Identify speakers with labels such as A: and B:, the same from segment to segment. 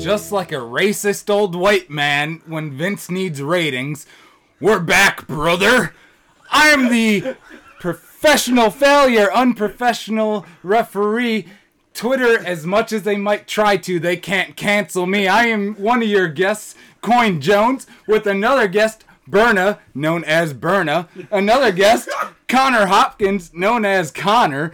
A: Just like a racist old white man when Vince needs ratings. We're back, brother. I am the professional failure, unprofessional referee. Twitter, as much as they might try to, they can't cancel me. I am one of your guests, Coin Jones, with another guest, Berna, known as Berna, another guest, Connor Hopkins, known as Connor,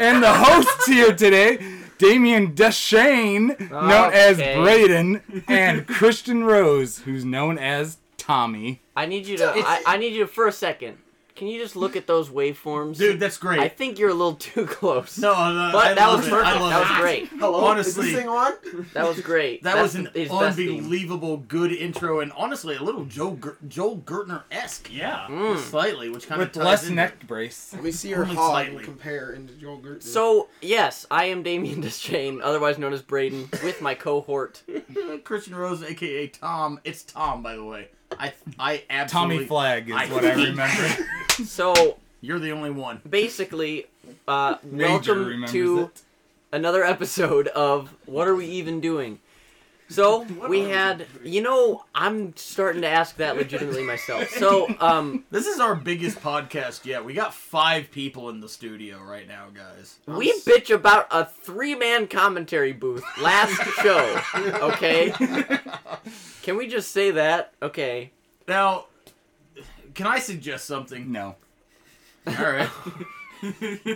A: and the hosts here today, Damian Deshane, known as
B: Okay.
A: Braden, and Christian Rose, who's known as Tommy.
B: I need you to. I, I need you for a second. Can you just look at those waveforms,
C: Dude, that's great.
B: I think you're a little too close.
C: no, no,
B: But
C: I
B: that
C: love
B: was
C: it.
B: perfect.
C: I love
B: That
C: it.
B: was great.
D: Hello,
C: Honestly.
D: Oh, is this thing on?
B: That was great.
C: That
B: That's
C: was an
B: his best theme.
C: unbelievable good intro, and honestly, a little Joe Ger- Joel Gertner esque, yeah,
B: Mm.
C: slightly, which kind of
A: With
C: ties
A: less
C: into-
A: neck brace.
D: Let me see your
C: Only
D: hog and
C: slightly.
D: compare into Joel Gertner.
B: So yes, I am Damien Deschain, otherwise known as Braden, with my cohort.
C: Christian Rose, aka Tom. It's Tom, by the way. I I absolutely
A: Tommy Flag is
C: I
A: what I
C: hate-
A: remember.
B: So
C: You're the only one.
B: basically, uh,
A: Major
B: welcome
A: remembers
B: to
A: it.
B: another episode of What Are We Even Doing? So we had, you know, I'm starting to ask that legitimately myself. So um,
C: This is our biggest podcast yet. We got five people in the studio right now, guys.
B: we bitch about a three-man commentary booth last show. Okay, can we just say that? Okay.
C: Now, can I suggest something?
A: No.
C: All right.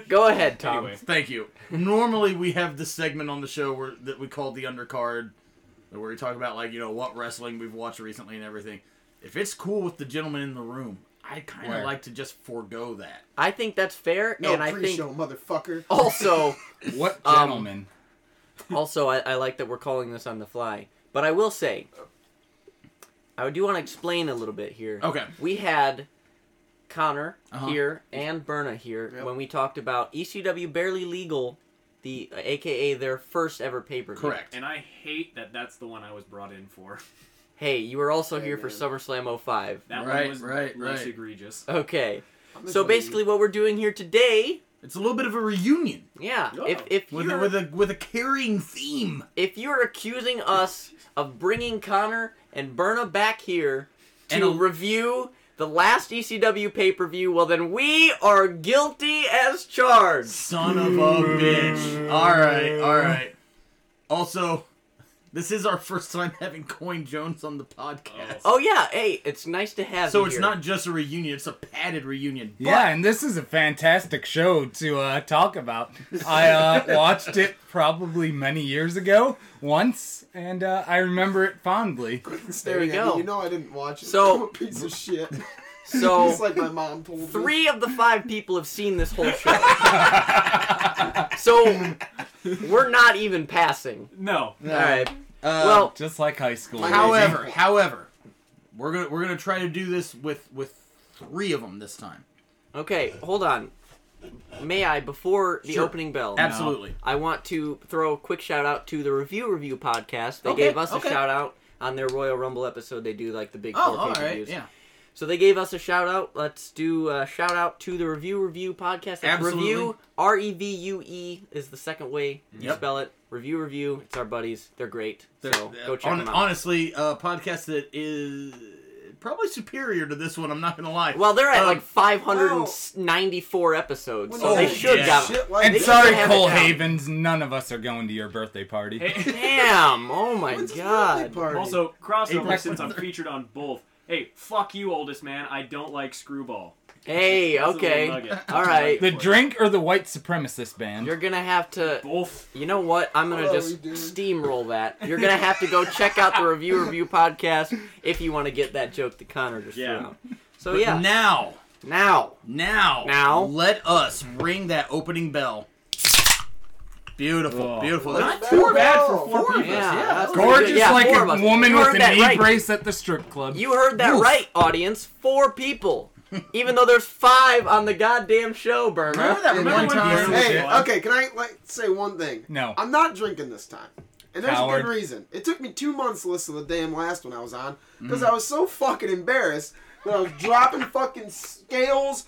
B: Go ahead, Tom.
C: Anyway, thank you. Normally, we have this segment on the show where that we call the undercard, where we talk about like you know what wrestling we've watched recently and everything. If it's cool with the gentleman in the room, I kind of
A: Where?
C: like to just forego that.
B: I think that's fair,
D: no
B: and I think Oh,
D: pre-show, motherfucker.
B: also,
A: What
B: Um,
A: gentleman?
B: also, I, I like that we're calling this on the fly. But I will say, I do want to explain a little bit here.
C: Okay.
B: We had Connor
C: Uh-huh.
B: here and Berna here
D: Yep.
B: when we talked about ECW Barely Legal, the uh, AKA their first ever paper.
C: Correct.
E: And I hate that that's the one I was brought in for.
B: Hey, you were also here for
D: man.
B: SummerSlam 05.
E: That
C: Right,
E: one was
C: right,
E: less
C: right.
E: egregious.
B: Okay.
D: I'm
B: So
D: enjoying
B: basically, what we're doing here today,
C: It's a little bit of a reunion
B: yeah,
E: Yeah.
B: if if
C: with
B: you're
C: a, with a with a carrying theme.
B: if you're accusing us of bringing Connor and Berna back here to
C: And a-
B: review the last E ECW pay per view, well, then we are guilty as charged.
C: Son of a bitch. All right, all right. Also, this is our first time having Coin Jones on the podcast.
B: Oh yeah, hey, it's nice to have.
C: So
B: you
C: it's
B: here.
C: not just a reunion, it's a padded reunion. But
A: yeah, and this is a fantastic show to uh, talk about. I uh, watched it probably many years ago once, and uh, I remember it fondly.
D: it. staring
B: There you
D: at
B: go.
D: Me. You know I didn't watch it.
B: So-
D: I'm a piece of shit.
B: So
D: Just like my mom told me.
B: three of the five people have seen this whole show. so we're not even passing.
E: No.
B: All right.
C: uh,
B: Well,
A: Just like high school.
D: My-
A: days.
C: however, however, we're gonna we're gonna try to do this with with three of them this time.
B: Oh, okay, hold on. May I before the
C: Sure.
B: opening bell?
C: Absolutely.
B: I want to throw a quick shout out to the Review Review podcast. They
C: Okay,
B: gave us
C: okay.
B: a shout out on their Royal Rumble episode. They do like the big
C: Oh,
B: four
C: all
B: pay
C: right,
B: views.
C: yeah.
B: So they gave us a shout out. Let's do a shout out to the Review Review podcast. That's
C: Absolutely.
B: Review R E V U E is the second way you
C: Yep.
B: spell it. Review Review. It's our buddies. They're great.
C: They're-
B: so go check
C: hon-
B: them out.
C: Honestly, a podcast that is probably superior to this one. I'm not gonna lie.
B: well, they're at
C: Um,
B: like 594 episodes, so
C: Oh,
B: they should
C: yeah.
B: got
D: Shit like
A: and
B: They
D: this.
B: so-
A: sorry,
B: should have it
A: Cole
B: down.
A: Havens, none of us are going to your birthday party.
B: Damn! Oh my
D: When's this
B: god!
D: birthday party?
E: also, crossover
C: April
E: since I'm
C: 23rd.
E: featured on both. Hey, fuck you, oldest man. I don't like screwball.
B: Hey,
E: That's a little
B: okay,
E: nugget.
B: all right.
A: The drink or the white supremacist band?
B: You're gonna have to
E: Both.
B: You know what? I'm gonna
D: Hello,
B: just
D: dude.
B: steamroll that. You're gonna have to go check out the review review podcast if you want to get that joke that Connor just
E: Yeah.
B: threw out. So
C: but
B: yeah,
C: now,
B: now
C: now,
B: Now?
C: let us ring that opening bell. Beautiful,
A: Oh.
C: beautiful.
D: Let's
C: Not
D: back
C: too bad
D: up.
C: for four
D: Four
C: people.
B: yeah, that's pretty
A: Gorgeous
B: good. Yeah,
A: like
B: four of us.
A: a woman
B: You
A: with
B: heard
A: a
B: that
A: knee
B: right.
A: brace at the strip club.
B: You heard that
A: Oof.
B: right, audience. Four people, even though there's five on the goddamn show,
C: Remember
B: Burner.
C: that
D: And
C: remember
E: one
C: when
E: time-
C: Gary was-
D: Hey,
E: Yeah.
D: okay, can I like say one thing?
A: No.
D: I'm not drinking this time. And there's a
A: Coward.
D: good reason. It took me two months to listen to the damn last one I was on because I was so fucking embarrassed that I was dropping fucking scales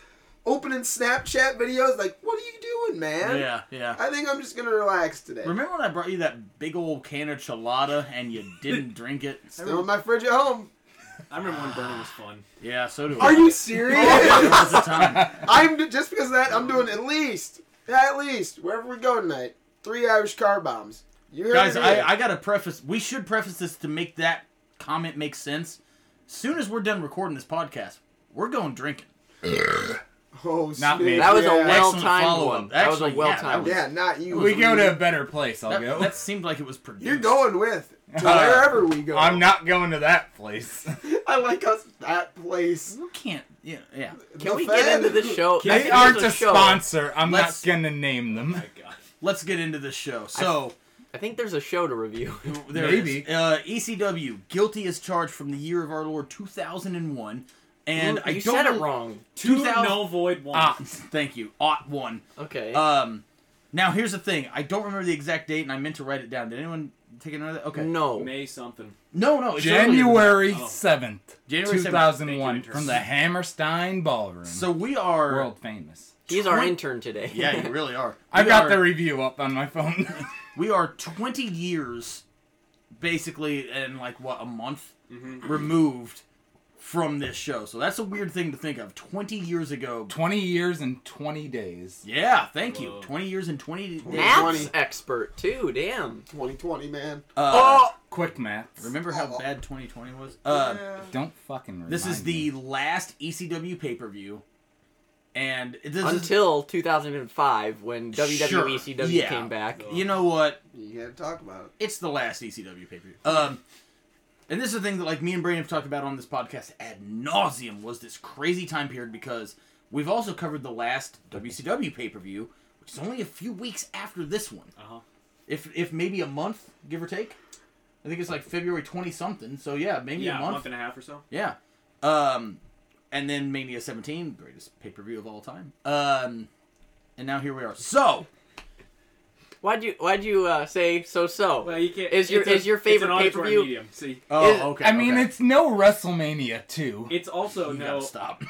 D: opening Snapchat videos. Like, what are you doing, man?
C: Yeah, yeah.
D: I think I'm just gonna relax today.
C: Remember when I brought you that big old can of chalada and you didn't drink it?
D: Still in my fridge at home.
E: I remember when burning was fun.
C: Yeah, so do I.
D: Are you serious?
C: It was a time.
D: I'm d- just because of that. I'm doing at least, yeah, at least wherever we go tonight, three Irish car bombs. You heard
C: Guys,
D: it
C: I,
D: here.
C: I gotta preface. We should preface this to make that comment make sense. Soon as we're done recording this podcast, we're going drinking.
D: oh,
A: Not me.
D: snap,
B: That was a
D: yeah.
B: well
C: Excellent
B: timed
C: follow-up.
B: one. That was a
C: Actually, yeah,
B: well timed
C: that
B: one.
D: Yeah, not you.
A: We go to a better place. I'll
C: That,
A: go.
C: that seemed like it was produced.
D: You're going with to wherever we go.
A: I'm not going to that place.
D: I like us that place.
C: You can't. Yeah, yeah.
B: Can
D: The
B: we
D: Fed.
B: get into this show? I
A: They
B: think
A: aren't
B: there's
A: a
B: show.
A: sponsor. I'm
C: Let's-
A: not gonna name them.
C: Let's get into this show. So
B: I think there's a show to review.
C: there
A: Maybe.
C: it is. Uh, ECW guilty as charged from the year of our Lord 2001, and
B: you
C: I don't
B: said it wrong.
E: Two
C: 2000
E: no void one.
C: Ah, thank you. Ought one.
B: Okay.
C: Um, now here's the thing. I don't remember the exact date, and I meant to write it down. Did anyone take another? Okay.
B: no.
E: May something.
C: No, no. It's earlier
A: January
E: Oh.
A: seventh,
C: January
A: two
C: 7th.
A: thousand one,
E: Thank you,
A: from the Hammerstein Ballroom.
C: than- So we are.
A: world famous.
B: He's our intern today.
C: Yeah, you really are.
A: I've
C: We
A: got
C: are-
A: the review up on my phone.
C: We are 20 years, basically, in like what a month removed from this show. So that's a weird thing to think of. 20 years ago.
A: twenty years and twenty days.
C: Yeah, thank you.
E: Whoa.
C: 20 years and 20 days.
D: Yeah,
B: Maths
D: funny.
B: expert too. Damn.
D: 2020, man.
C: Uh,
A: Oh! Quick math.
C: Remember how bad 2020 was? Uh,
D: Yeah.
A: Don't fucking. Remind
C: This is
A: me.
C: the last E ECW pay per view, and it doesn't.
B: Until 2005, when WWECW
C: Yeah.
B: came back.
C: you know what?
D: You gotta talk about it.
C: It's the last E ECW pay per view. Um, and this is the thing that like me and Brandon have talked about on this podcast ad nauseum was this crazy time period because we've also covered the last WCW pay per view, which is only a few weeks after this one.
E: Uh-huh.
C: If if maybe a month, give or take. I think it's like February twenty something. So yeah, maybe
E: Yeah,
C: a
E: a
C: month.
E: month and a half or so.
C: Yeah. Um, and then Mania 17, greatest pay per view of all time. Um, and now here we are. So,
B: Why'd you Why'd you uh, say so so?
E: Well, you can't.
B: Is your-
E: it's a-
B: is your
E: it's
B: favorite
E: an auditory
B: pay-per-view-
E: medium. See,
C: oh,
B: It-
C: okay.
A: I mean,
C: okay.
A: it's no WrestleMania two.
E: it's also
C: you
E: no
C: gotta stop.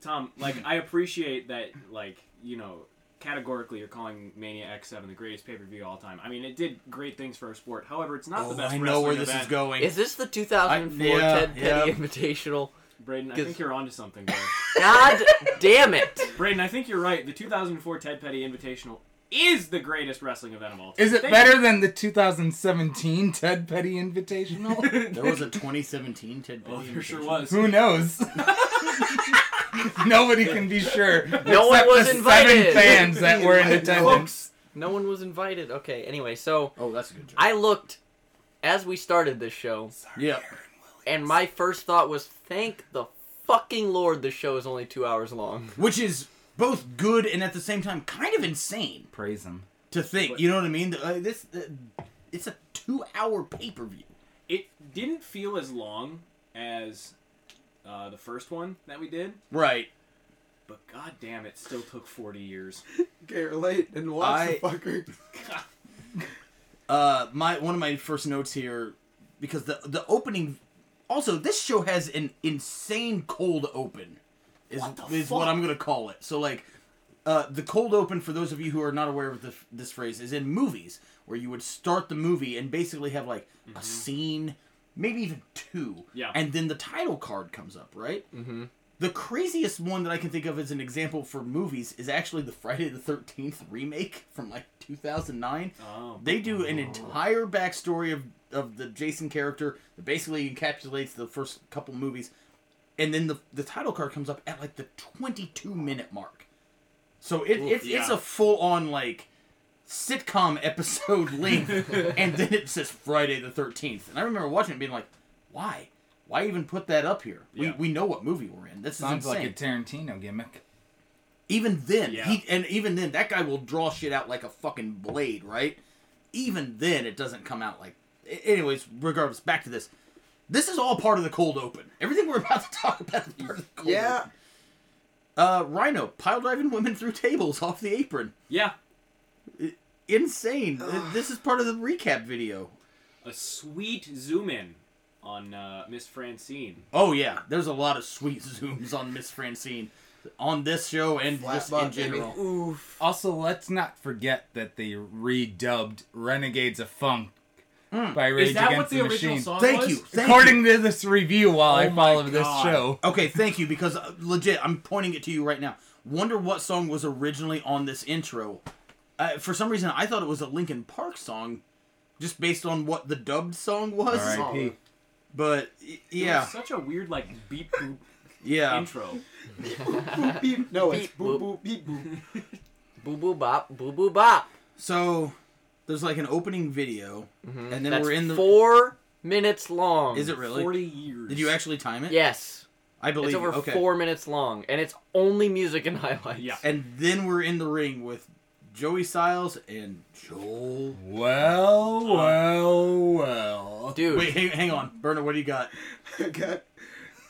E: Tom. Like I appreciate that. Like you know, categorically, you're calling Mania X7 the greatest pay per view all time. I mean, it did great things for our sport. However, it's not the
C: Oh,
E: best.
C: I know where
E: wrestling
C: this is
E: event.
C: going.
B: Is this the 2004
C: I- yeah,
B: Ted Petty
C: yeah.
B: Invitational?
E: Braden, I
B: 'Cause-
E: think you're onto something there.
B: God damn it!
E: Braden, I think you're right. The 2004 Ted Petty Invitational is the greatest wrestling event of all time.
A: Is it
E: Thank
A: better than the 2017 Ted Petty Invitational?
C: there was a 2017 Ted Bundy.
E: Oh, there sure
C: invitation.
E: was.
A: Who knows? Nobody can be sure.
B: No one
A: except
B: was
A: the
B: invited.
A: Seven fans that were in attendance.
E: Folks,
B: No one was invited. Okay. Anyway, so
C: Oh, that's a good joke.
B: I looked as we started this show,
C: Yeah.
B: and my first thought was, "Thank the fucking Lord, this show is only two hours long."
C: Which is both good and at the same time kind of insane
A: Praise him.
C: to think. You know what I mean? Uh, this, uh, it's a two hour pay per view.
E: it didn't feel as long as uh, the first one that we did,
C: Right.
E: but god damn, it still took 40 years.
D: Can't relate and watch
C: I-
D: the fucker.
C: uh, my one of my first notes here because the the opening also this show has an insane cold open is is what I'm gonna call it. So like uh, the cold open for those of you who are not aware of the, this phrase is in movies where you would start the movie and basically have like a scene maybe even two
E: Yeah.
C: and then the title card comes up right mm-hmm. the craziest one that i can think of as an example for movies is actually the friday the 13th remake from like 2009
E: Oh.
C: they do an entire backstory of of the Jason character that basically encapsulates the first couple movies, and then the the title card comes up at like the twenty two minute mark. So it, it's it's
E: yeah.
C: a full on like sitcom episode length, and then it says Friday the thirteenth, and I remember watching it and being like, why? Why even put that up here?
E: Yeah.
C: We, we know what movie we're in. This
A: Sounds
C: is insane.
A: like a Tarantino gimmick.
C: Even then,
E: Yeah.
C: he and even then, that guy will draw shit out like a fucking blade, right? Even then, it doesn't come out like. a- Anyways, regardless, back to this. This is all part of the cold open. Everything we're about to talk about is part of the cold
D: Yeah.
C: open. Uh, Rhino pile driving women through tables off the apron.
E: Yeah,
C: Insane. Th- this is part of the recap video.
E: a sweet zoom in on uh, Miss Francine.
C: Oh yeah, there's a lot of sweet zooms on Miss Francine on this show and
D: Flat
C: just in
D: butt, baby.
C: general.
B: Oof.
A: Also, let's not forget that they redubbed "Renegades of Funk" by Rage
E: Hmm. Is that
A: Against
E: what the,
A: the,
E: original
A: Machine.
E: song
C: Thank
E: was?
C: you. Thank
A: According
C: you.
A: to this review, while I
E: Oh my
A: follow this
E: God.
A: show,
C: Okay, thank you because uh, legit, I'm pointing it to you right now. Wonder what song was originally on this intro. Uh, for some reason, I thought it was a Linkin Park song, just based on what the dubbed song was.
A: R.I.P.
C: But y-
E: It was
C: yeah,
E: such a weird like beep boop
C: yeah.
E: intro.
D: Boop, beep. No, it's
B: Beep,
D: boop,
B: boop.
D: boop, beep, boop.
B: Boo boo bop. Boo boo bop.
C: So there's like an opening video, and then
B: That's
C: we're in the.
B: four minutes long.
C: Is it really?
E: Forty years.
C: Did you actually time it?
B: Yes.
C: I believe.
B: It's over
C: you. okay.
B: four minutes long, and it's only music and highlights.
E: Yeah.
C: And then we're in the ring with Joey Styles and Joel.
A: Well, well, well.
B: Dude,
C: Wait, hang, hang on, Bernard. What do you got?
D: God,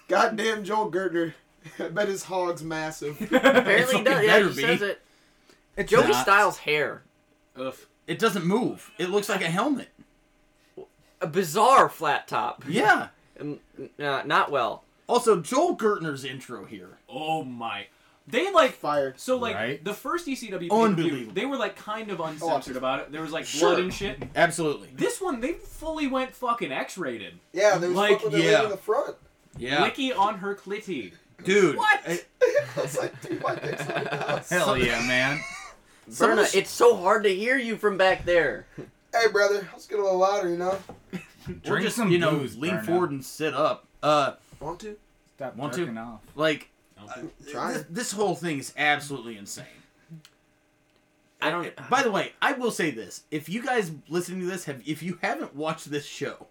D: goddamn Joel Gertner. I bet his hog's massive.
B: apparently he does.
C: It fucking
B: Yeah,
C: better
B: he says
C: be.
B: it.
A: It's
B: Joey
A: not.
B: Styles' hair.
E: Ugh.
C: It doesn't move. It looks like a helmet.
B: A bizarre flat top.
C: Yeah.
B: Um, uh, not well.
C: Also, Joel Gertner's intro here.
E: Oh my. They like
D: Fire.
E: So like
A: Right?
E: the first ECW,
C: Unbelievable.
E: pay-per-view, they were like kind of uncensored about it. There was like
D: Sure.
E: blood and shit.
C: Absolutely.
E: This one, they fully went fucking X-rated.
D: Yeah, there's
E: Like,
D: like, fucking
C: yeah.
D: yeah. in the front.
C: Yeah.
E: Licky on her clitty.
C: Dude.
E: What?
C: I-
D: It's like, dude, my dick's like that.
A: Hell yeah, man.
C: some of
B: Berna,
C: this-
B: it's so hard to hear you from back there.
D: Hey, brother, let's get a little louder, you know?
C: or
A: Drink
C: just,
A: some
C: you know,
A: booze,
C: lean
A: Berna.
C: forward and sit up. Uh,
D: Want to?
A: Stop
C: Want to?
A: jerking off.
C: like,
D: Try
C: this,
D: it.
C: this whole thing is absolutely insane.
B: I don't.
C: By the way, I will say this: if you guys listening to this have, if you haven't watched this show,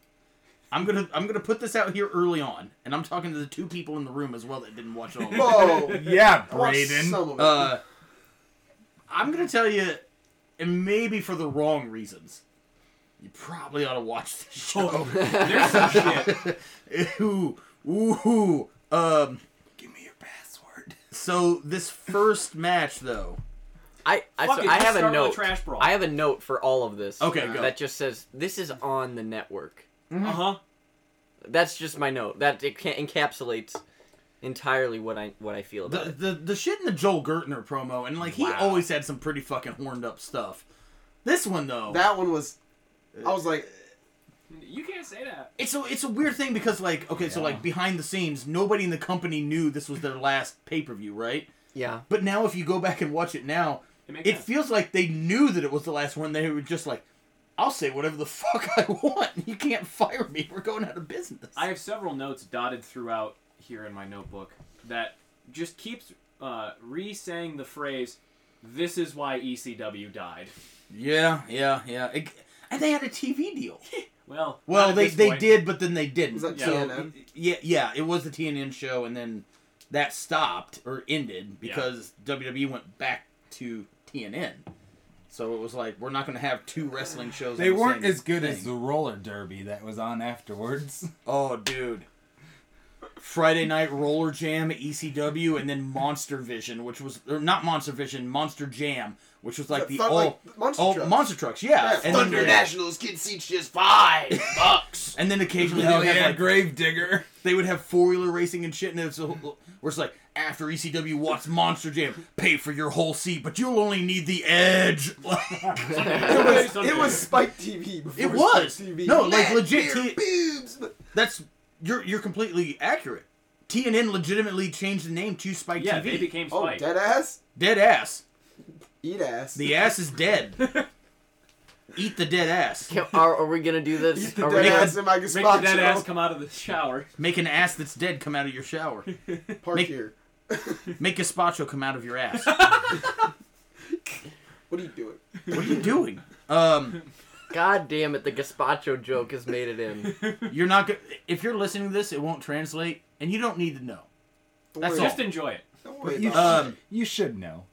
C: I'm gonna I'm gonna put this out here early on, and I'm talking to the two people in the room as well that didn't watch all. Of it.
D: Whoa.
A: Yeah,
D: I want
A: Braden.
D: some of it.
C: Uh, I'm gonna tell you, and maybe for the wrong reasons. You probably ought to watch this show.
E: There's some shit.
C: ooh, ooh, um.
A: Give me your password.
C: So this first match, though,
B: I I,
E: Fuck
B: so
E: it,
B: I
E: just
B: have a
E: start with a
B: note.
E: trash brawl.
B: I have a note for all of this.
C: Okay, go.
B: That just says this is on the network.
E: Uh huh.
B: That's just my note. That it can, encapsulates entirely what I what I feel
C: the
B: about it.
C: the the shit in the Joel Gertner promo, and like he
B: Wow.
C: always had some pretty fucking horned up stuff. This one though,
D: that one was. I was like,
E: You can't say that.
C: it's a it's a weird thing because like okay, so like behind the scenes, nobody in the company knew this was their last pay per view, right?
B: Yeah.
C: But now if you go back and watch it now,
E: It makes
C: it
E: sense.
C: feels like they knew that it was the last one. They were just like, "I'll say whatever the fuck I want. You can't fire me. We're going out of business."
E: I have several notes dotted throughout here in my notebook that just keeps uh, re-saying the phrase, "This is why ECW died."
C: yeah, yeah, yeah. It- and they had a TV deal.
E: Well, not
C: Well,
E: at
C: they
E: this
C: they
E: point.
C: did, but then they didn't.
D: Was that
E: Yeah.
D: TNN?
C: yeah, yeah, it was the TNN show, and then that stopped or ended
E: Yeah.
C: because WWE went back to TNN. So it was like we're not going to have two wrestling shows.
A: They
C: on the
A: weren't
C: same
A: as good as the
C: thing.
A: roller derby that was on afterwards.
C: Oh, dude. Friday Night Roller Jam, ECW, and then Monster Vision, which was or not Monster Vision, Monster Jam, which was like
D: That
C: the
D: felt
C: all
D: like Monster
C: all
D: Trucks.
C: Monster Trucks, yeah.
D: Yeah,
C: and
D: Thunder
C: then,
D: Nationals kids seats just five bucks.
C: and then occasionally they
A: Hell
C: would have
A: yeah,
C: like
A: Gravedigger.
C: they would have four wheeler racing and shit, and it's where it's like after ECW watch Monster Jam, pay for your whole seat, but you'll only need the edge.
D: It was,
E: Thunder.
D: it was Spike TV. Before
C: It was.
D: Spike TV.
C: No, like,
D: Matt
C: legit
D: Beer
C: T-
D: boobs.
C: That's you're you're completely accurate. TNN legitimately changed the name to Spike
E: Yeah,
C: TV.
E: they became
D: Oh,
E: Spike.
D: dead ass.
C: Dead ass.
D: Eat ass.
C: The ass is dead. Eat the dead ass.
B: Can, are, are we gonna do this?
D: Eat the
B: Are we
D: dead
B: gonna-
D: ass in my
E: Make the dead ass
D: gazpacho.
E: come out of the shower.
C: Make an ass that's dead come out of your shower.
D: Park
C: Make-
D: here.
C: Make gazpacho come out of your ass.
D: What are you doing?
C: What are you doing? Um,
B: God damn it! The gazpacho joke has made it in.
C: you're not go- if you're listening to this, it won't translate, and you don't need to know.
D: Don't
C: That's
D: worry
C: all.
E: Just enjoy it.
D: about- Don't worry
A: But you,
C: Um,
D: about
A: should, you should know.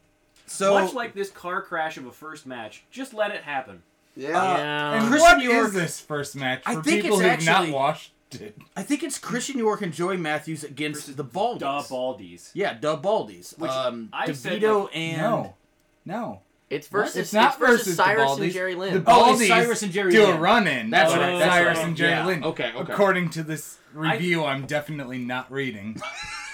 C: So
E: Much like this car crash of a first match, just let it happen.
D: it. Yeah.
C: uh,
A: And
B: yeah.
C: Chris-
A: what
C: Christian
A: is
C: York-
A: this first match for
C: I think
A: people
C: it's
A: who've not
C: actually-
A: watched it?
C: I think it's Christian York and Joey Matthews against
E: Versus
C: the Baldies.
E: Da Baldies.
C: Yeah, the Baldies.
E: Which
C: um,
E: I said,
C: DeVito
E: like,
C: and
A: No, no.
B: It's versus.
A: It's not versus, the
B: Cyrus
A: Baldies.
B: and Jerry Lynn.
A: The
C: Oh,
A: Baldies
C: it's Cyrus and Jerry
A: do a
C: Lynn.
A: run in.
C: That's
E: Oh,
C: right.
E: that's
A: Cyrus
E: right.
A: and Jerry
C: Yeah,
A: Lynn.
C: okay, okay.
A: According to this review, I, am definitely not reading.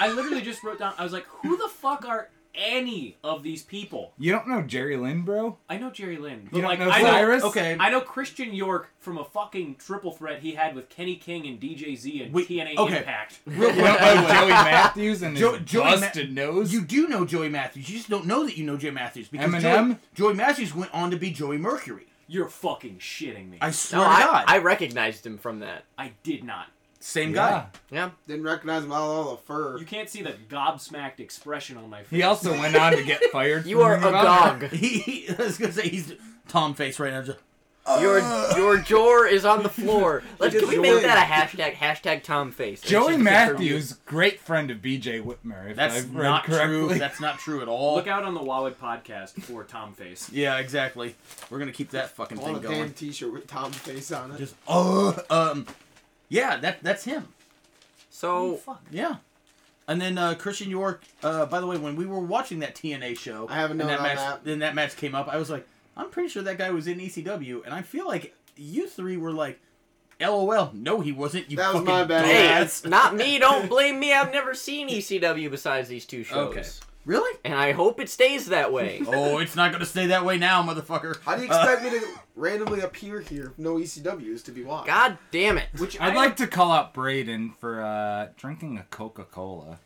E: I literally just wrote down. I was like, who the fuck are any of these people?
A: You don't know Jerry Lynn, bro?
E: I know Jerry Lynn, but
A: You don't
E: like
A: know
E: I
A: Cyrus?
C: Okay.
E: I know Christian York from a fucking triple threat he had with Kenny King and DJ Z and
C: Wait,
E: TNA
C: okay.
E: Impact.
C: Real
A: You don't know
C: quick,
A: Joey Matthews and
C: Jo-
A: his
C: Joey Ma-
A: busted nose?
C: you do know Joey Matthews. You just don't know that you know Joey Matthews because Joey,
A: Eminem?
C: Joey Matthews went on to be Joey Mercury.
E: You're fucking shitting me.
C: I
E: I,
C: swear
B: no,
C: to
B: I,
C: God,
B: I recognized him from that.
E: did not.
C: same
A: yeah.
B: Yeah.
D: Didn't recognize him all, all the fur.
E: You can't see the gobsmacked expression on my face.
A: He also went on to get fired.
B: You
A: from
B: are
A: Ring of
B: a
A: Honor.
B: dog.
C: guy. He, he- I was gonna say he's Tom face right now. Just,
B: Your your jaw is on the floor. Let's
D: just
B: can we make
D: yawned.
B: that a hashtag hashtag Tom face.
A: Joey
B: It's just a picture of
A: Matthews, great friend of BJ Whitmer. If
C: that's
A: I've read
C: not
A: correctly.
C: true. That's not true at all.
E: Look out on the Wallet podcast for Tom Face.
C: Yeah, exactly. We're gonna keep that fucking
D: on
C: thing
D: a damn
C: going.
D: t-shirt with Tom's face on it.
C: Just uh, um, yeah, that that's him.
B: you. So
C: Yeah. And then uh, Christian York. Uh, by the way, when we were watching that TNA show,
D: I haven't
C: and
D: known
C: that
D: on
C: match.
D: that.
C: Then that match came up. I was like, I'm pretty sure that guy was in ECW, and I feel like you three were like, "LOL, no, he wasn't." You
D: That was
C: fucking
D: my bad.
B: hey,
D: Yeah,
C: dumbass."
B: it's not me. Don't blame me. I've never seen ECW besides these two shows,
E: Okay.
C: Really?
B: and I hope it stays that way.
C: Oh, it's not gonna stay that way now, motherfucker.
D: How do you
C: Uh,
D: expect me to randomly appear here if no E ECWs to be watched?
B: God damn it!
E: Which
A: I'd
E: I-
A: like to call out Braden for uh, drinking a Coca Cola.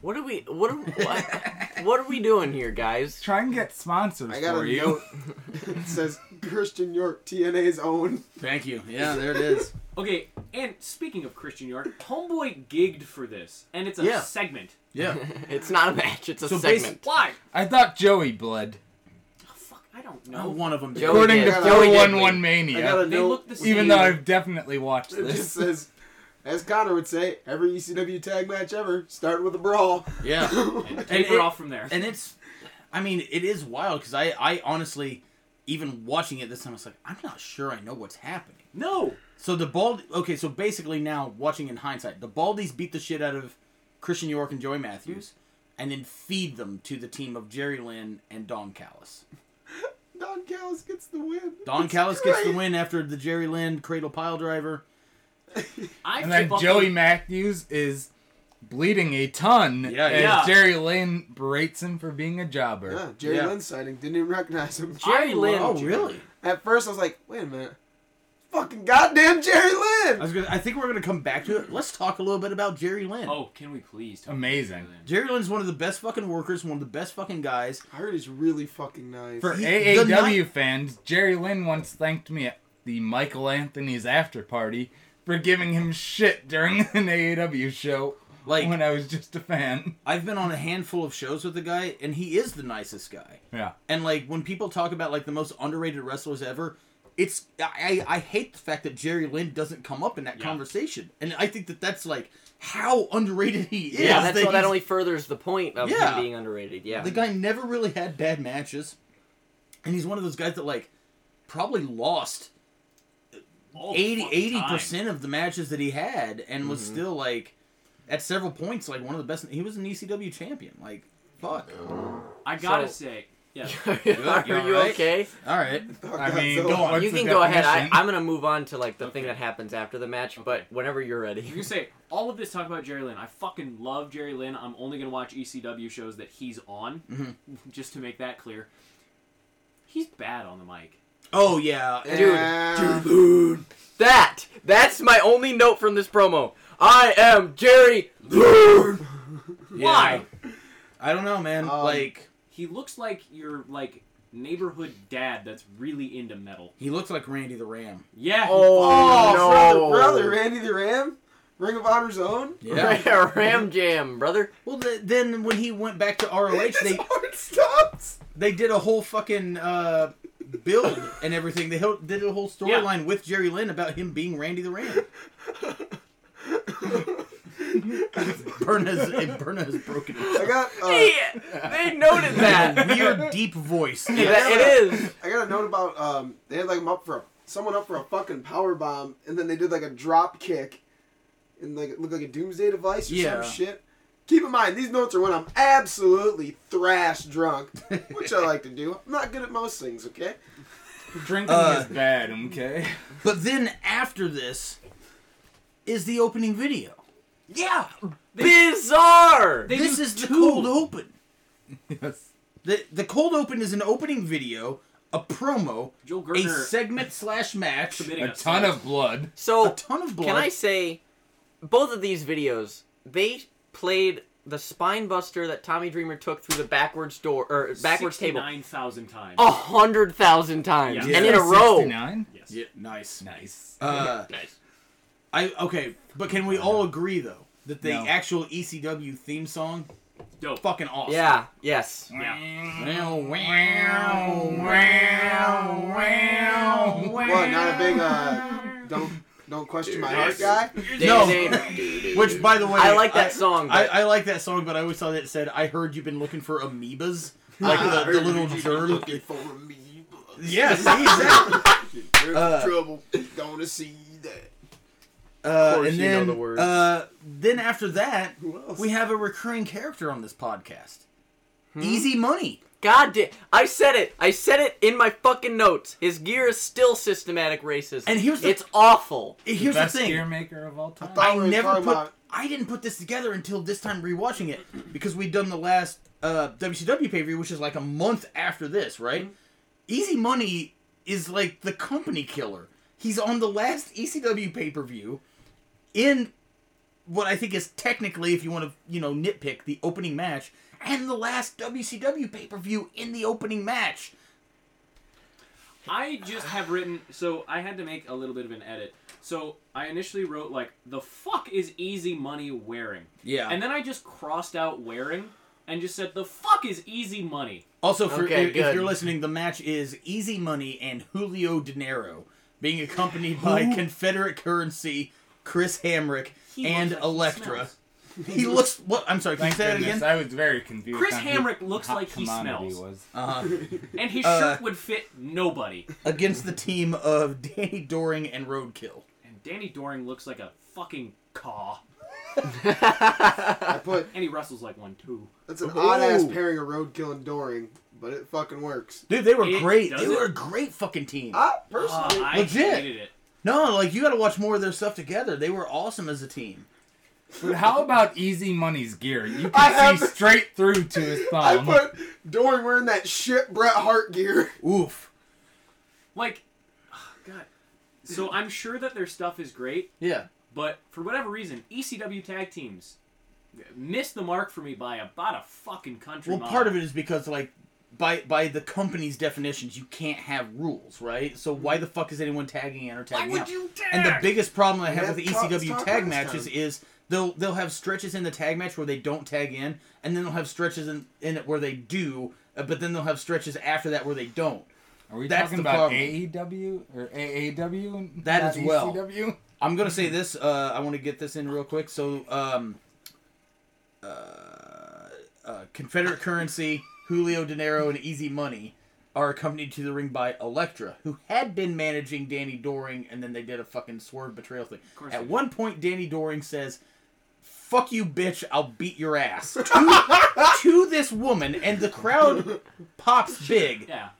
B: What are we? What are what, what are we doing here, guys?
A: Try and get sponsors
D: I got
A: for
D: a
A: you.
D: note. it says Christian York, TNA's own.
C: Thank you. Yeah, there it is.
E: Okay, and speaking of Christian York, Homeboy gigged for this, and it's a
C: Yeah.
E: segment.
C: Yeah.
B: It's not a match. It's a
C: So
B: segment.
E: Why?
A: I thought Joey bled.
E: Oh, fuck, I don't
C: Oh,
E: know.
C: one of them.
B: Joey
A: According
B: did.
A: to
D: Joey
B: did
A: 411
B: bleed.
A: Mania.
D: I got a
E: They
D: note.
E: look the same.
A: even though I've definitely watched
D: It just
A: this.
D: says, as Connor would say, every ECW tag match ever started with a brawl.
C: Yeah.
E: and
C: and
E: taper
C: it-
E: off from there.
C: and it's i mean it is wild because i i honestly even watching it this time i was like i'm not sure i know what's happening
E: no,
C: so the bald okay so basically now watching in hindsight the baldies beat the shit out of christian york and joey matthews and then feed them to the team of jerry lynn and don callis
D: Don Callis gets the win.
C: don
D: It's
C: callis gets the
D: great.
C: win after the jerry lynn cradle pile driver
E: I
A: And then
E: fucking-
A: Joey Matthews is bleeding a ton
C: Yeah,
A: as
E: yeah.
A: Jerry Lynn berates him for being a jobber.
D: Yeah, Jerry
C: Yeah.
D: Lynn sighting. Didn't even recognize him.
B: Jerry
E: I
B: Lynn.
E: love-
C: oh really
D: At first, I was like, wait a minute. Fucking goddamn Jerry
C: i
D: Lynn!
C: was gonna i think we're gonna come back to it let's talk a little bit about jerry lynn
E: Oh, can we please? Talk
A: Amazing.
E: about Jerry
C: jerry lynn's one of the best fucking workers one of the best fucking guys
D: I heard he's really fucking nice.
A: For
C: He- the
A: AAW
C: night-
A: fans, Jerry Lynn once thanked me at the Michael Anthony's after party for giving him shit during an AAW show
C: like
A: when I was just a fan.
C: I've been on a handful of shows with the guy, and he is the nicest guy.
A: Yeah.
C: And like when people talk about like the most underrated wrestlers ever, it's I I I hate the fact that Jerry Lynn doesn't come up in that
E: Yeah.
C: conversation, and I think that that's like how underrated he is.
B: Yeah, that's all, that
C: he's-
B: only furthers the point of
C: Yeah.
B: him being underrated. Yeah.
C: the guy never really had bad matches, and he's one of those guys that like probably lost
E: Lynn. All
C: 80
E: Oh, fucking time.
C: percent of the matches that he had, and was still like at several points like one of the best. He was an ECW champion. Like fuck.
E: I gotta
B: So-
E: say, yeah.
B: Are
C: you
B: you
C: alright?
B: okay?
C: All right.
D: Fuck,
A: I
D: that's
A: mean,
D: so
A: go
D: hard.
A: on. What's
B: you
A: the
B: can go ahead. I,
A: definition?
B: I'm gonna move on to like the thing
E: Okay.
B: that happens after the match, but whenever you're
E: You can
B: ready.
E: say all of this talk about Jerry Lynn. I fucking love Jerry Lynn. I'm only gonna watch ECW shows that he's on,
B: Mm-hmm.
E: just to make that clear. He's bad on the mic.
C: Oh yeah.
B: Dude.
D: Yeah.
B: That that's my only note from this promo. I am Jerry Lynn.
E: Why?
C: I don't know, man.
D: Um,
C: like
E: He looks like your like neighborhood dad that's really into metal.
C: he looks like Randy the Ram.
E: Yeah. he
D: Oh,
B: no.
D: brother, brother, Randy the Ram? Ring of Honor's own?
B: Ram Jam, brother.
C: well, th then when he went back to ROH,
D: His
C: they
D: heart stops!
C: they did a whole fucking uh, build and everything. They hel- did a whole storyline with Jerry Lynn about him being Randy the Ram. Berna is, and Berna has broken.
D: I
C: It.
D: got, uh,
B: Yeah, they noted that.
C: Weird deep voice.
B: That- it is.
D: I got a note about um they had like him up for a, someone up for a fucking power bomb and then they did like a drop kick and like it looked like a doomsday device or
C: Yeah.
D: some shit. Keep in mind, these notes are when I'm absolutely thrash drunk, which I like to do. I'm not good at most things, okay?
A: Drinking
C: Uh,
A: is bad, okay?
C: But then after this is the opening video. Yeah,
B: Bizarre.
E: They
C: this
E: do
C: is the
E: two.
C: cold open.
A: yes.
C: The the cold open is an opening video, a promo,
E: Joel
C: a
E: Gertner
C: segment slash match,
E: committing
A: A ton
E: assault.
A: of blood.
B: So
C: a ton of blood.
B: Can I say, both of these videos, they played the spine buster that Tommy Dreamer took through the backwards door or backwards table Oh.
E: 69,000 times.
B: a hundred thousand times
E: Yeah.
B: and in a row.
A: 69?
E: Yes.
C: Yeah, nice.
A: Nice.
C: Uh,
B: Nice.
C: I okay, but can we all agree though that the
A: No.
C: actual ECW theme song
E: Dope.
C: fucking awesome?
B: Yeah. Yes.
E: Yeah.
C: Wow, wow, wow, wow, wow.
D: What, not a big, uh, don't, don't question my heart guy?
C: No.
B: Day-to-day.
C: Which, by the way,
B: I like that song,
C: I,
B: but-
C: I like that song, but I always thought that it said, "I heard you've been looking for amoebas." Like
D: I
C: the, the
D: heard
C: little
D: you've been
C: germ.
D: looking for me.
C: Yes, exactly.
D: There's
C: Uh,
D: trouble. Gonna see that.
C: Uh,
B: course
C: and
B: you know
C: then,
B: the words.
C: uh, then after that,
D: Who else?
C: we have a recurring character on this podcast.
B: Hmm?
C: Easy Money.
B: God damn! I said it. I said it in my fucking notes. His gear is still systematic racism.
C: And here's the-
B: it's awful.
C: Here's the,
A: Best
C: thing.
A: gear maker of all time.
D: thought-
C: I
D: we were
C: never
D: talking
C: put.
D: about-
C: I didn't put this together until this time rewatching it because we'd done the last uh, WCW pay per view, which is like a month after this, right? Easy Money is like the company killer. He's on the last E ECW pay per view in what I think is technically, if you want to, you know, nitpick, the opening match and the last WCW pay per view in the opening match.
E: I just have written, so I had to make a little bit of an edit. So I initially wrote, like, the fuck is easy money wearing?
C: Yeah.
E: And then I just crossed out wearing and just said, the fuck is easy money?
C: Also, for
B: Okay,
C: if, if
B: good.
C: you're listening, the match is Easy Money and Julio De Niro being accompanied by Confederate currency, Chris Hamrick,
E: He
C: and
E: looks like he
C: Electra.
E: smells.
C: He looks. What? I'm sorry. Can you
A: Thank
C: say that
A: goodness,
C: again?
A: I was very confused.
E: Chris
A: on who
E: Hamrick looks
A: hot
E: like he
A: commodity
E: smells.
A: Was.
C: Uh,
E: And his
C: Uh,
E: shirt would fit nobody.
C: against the team of Danny Doring and Roadkill.
E: And Danny Doring looks like a fucking caw.
D: I put,
E: And he wrestles like one too.
D: that's an odd ass
C: Ooh.
D: pairing of roadkill and Doring, but it fucking works.
C: Dude, they were
E: It
C: great.
E: does
C: They
E: it.
C: were a great fucking team.
D: I
E: Uh,
D: personally,
E: I
C: Legit.
E: hated it.
C: no, like you got to watch more of their stuff together. They were awesome as a team.
A: But how about Easy Money's gear? You
D: I
A: can
D: have-
A: see straight through to his
D: I
A: thumb.
D: put Doring wearing that shit Bret Hart gear.
C: Oof.
E: Like, ah, God. So I'm sure that their stuff is great,
C: Yeah.
E: but for whatever reason, ECW tag teams missed the mark for me by about a fucking country.
C: Well,
E: mile.
C: part of it is because like by by the company's definitions, you can't have rules, right? So why the fuck is anyone tagging in or tagging out? And the biggest problem I have
D: Yeah,
C: with
D: it's talk- it's
C: ECW
D: talk
C: tag
D: last
C: matches
D: time.
C: is they'll they'll have stretches in the tag match where they don't tag in, and then they'll have stretches in, in it where they do, uh, but then they'll have stretches after that where they don't.
A: Are we
C: That's
A: talking
C: the
A: about
C: problem.
A: AEW or AAW? and
C: That
A: not E
C: as well.
A: ECW?
C: I'm gonna say this. Uh, I want to get this in real quick. So, um, uh, uh, Confederate currency, Julio De Niro, and Easy Money are accompanied to the ring by Elektra, who had been managing Danny Doring, and then they did a fucking swerve betrayal thing.
E: course they
C: At
E: did.
C: one point, Danny Doring says, "Fuck you, bitch! I'll beat your ass." to, to this woman, and the crowd pops big.
E: Yeah.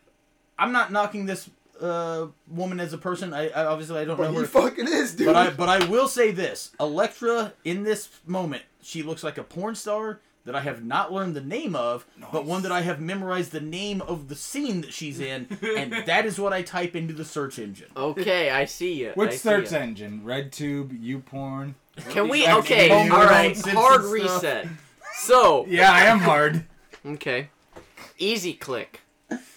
C: I'm not knocking this uh, woman as a person. I, I obviously I don't
D: But
C: know
D: he
C: her.
D: fucking is, dude.
C: But I but I will say this: Electra in this moment, she looks like a porn star that I have not learned the name of, but one that I have memorized the name of the scene that she's in, and that is what I type into the search engine.
B: Okay, I see you.
A: Which search engine? RedTube, UPorn.
B: Can we?
A: Like,
B: Okay,
A: Home
B: all right.
C: Alone,
B: Hard
C: Simpsons stuff.
B: reset. So
A: Yeah, I am hard.
B: okay, easy click,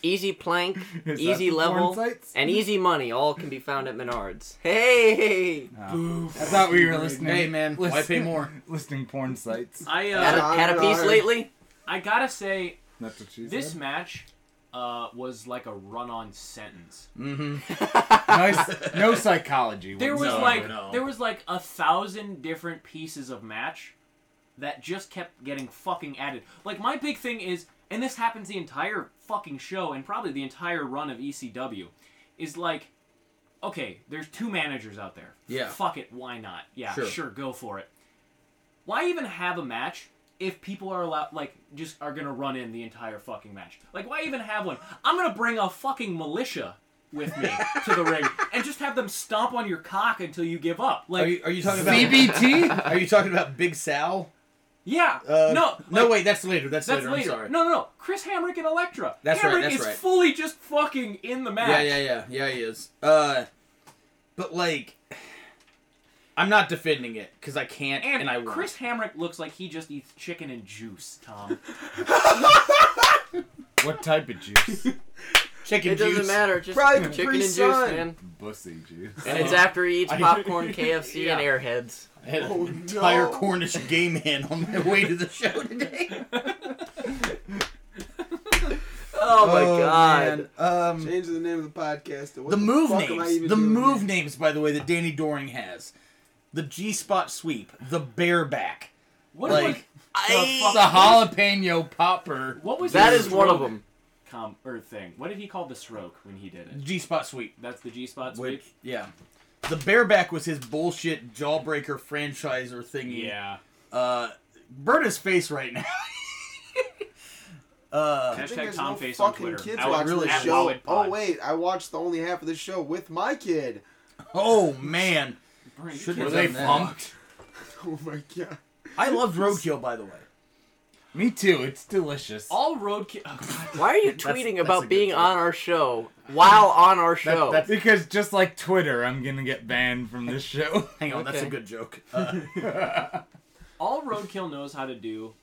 B: easy plank,
A: Is
B: easy
A: that the porn
B: level,
A: sites?
B: and easy money. All can be found at Menards. Hey,
A: Oh. I thought we were listening.
C: Hey man, why pay more?
A: Listing porn sites.
E: I
B: had a,
E: uh,
D: That's-
B: had a piece
D: Menards.
B: lately.
E: I gotta say
A: That's what she
E: this
A: said.
E: match uh, was like a run-on sentence.
A: Nice. No psychology.
E: There was
A: whatsoever.
E: like
C: no.
E: there was like a thousand different pieces of match that just kept getting fucking added. Like my big thing is, and this happens the entire fucking show and probably the entire run of ECW, is like, okay, there's two managers out there.
C: Yeah.
E: Fuck it, why not? Yeah,
C: Sure.
E: sure, go for it. Why even have a match if people are allowed, like, just are gonna run in the entire fucking match. Like, why even have one? I'm gonna bring a fucking militia with me to the ring and just have them stomp on your cock until you give up. Like,
C: Are you, are you talking about?
A: CBT?
C: Are you talking about Big Sal?
E: yeah,
C: Uh,
E: no,
C: no,
E: like,
C: wait, that's later. That's,
E: That's
C: later.
E: later.
C: I'm sorry.
E: No, no, no. Chris Hamrick and Electra.
C: That's
E: Hamrick
C: right, that's
E: is
C: right.
E: fully just fucking in the match.
C: Yeah, yeah, yeah, yeah. He is. Uh, but like, I'm not defending it because I can't
E: And,
C: and, I won't.
E: Chris Hamrick looks like he just eats chicken and juice, Tom.
A: what type of juice?
C: chicken
B: It doesn't
C: juice.
B: matter. Just
D: Probably
B: chicken and juice,
D: Capri Sun.
B: man.
A: Bussy juice.
B: And it's after he eats
C: I-
B: popcorn, KFC,
E: Yeah.
B: and Airheads.
C: I had an
D: Oh,
C: entire
D: no.
C: Cornish gay man on my way to the show today.
B: Oh my god.
C: man. Um,
D: Change the name of the podcast. to what
C: the move
D: fuck am I
C: names.
D: even
C: The
D: doing
C: move
D: here?
C: names, by the way, that Danny Doring has. The G spot sweep. The bareback.
E: What
C: Like,
E: I-
C: the jalapeno popper.
E: was, what was
B: was, that
E: his
B: is one of
E: stroke
B: them.
E: Com- or thing. What did he call the stroke when he did it?
C: G spot sweep.
E: That's the G spot sweep.
C: Which, yeah. The bareback was his bullshit jawbreaker franchiser thingy.
E: Yeah.
C: Uh, burn his face right now. uh,
D: I think
E: Hashtag
D: there's
E: Tom
D: no
E: Face on
D: fucking
E: Twitter.
D: kids
E: At-
D: watch
C: really
D: this
E: at
C: should.
D: show.
E: Wowit Pod.
D: Oh wait, I watched the only half of this show with my kid.
C: oh man,
E: Bro, you
C: Should've
E: kids-
A: Were
C: done
A: they
C: that.
A: funked?
D: Oh my god.
C: I loved Roadkill by the way.
A: Me too. It's delicious.
E: All roadkill. Oh, God.
B: Why are you
C: That's-
B: tweeting
C: that's a
B: about
C: good
B: being
C: joke.
B: on our show while on our
A: That-
B: show?
A: that's because just like Twitter, I'm gonna get banned from this show.
C: Hang on, Oh, that's a
B: Okay.
C: good joke. Uh,
E: all roadkill knows how to do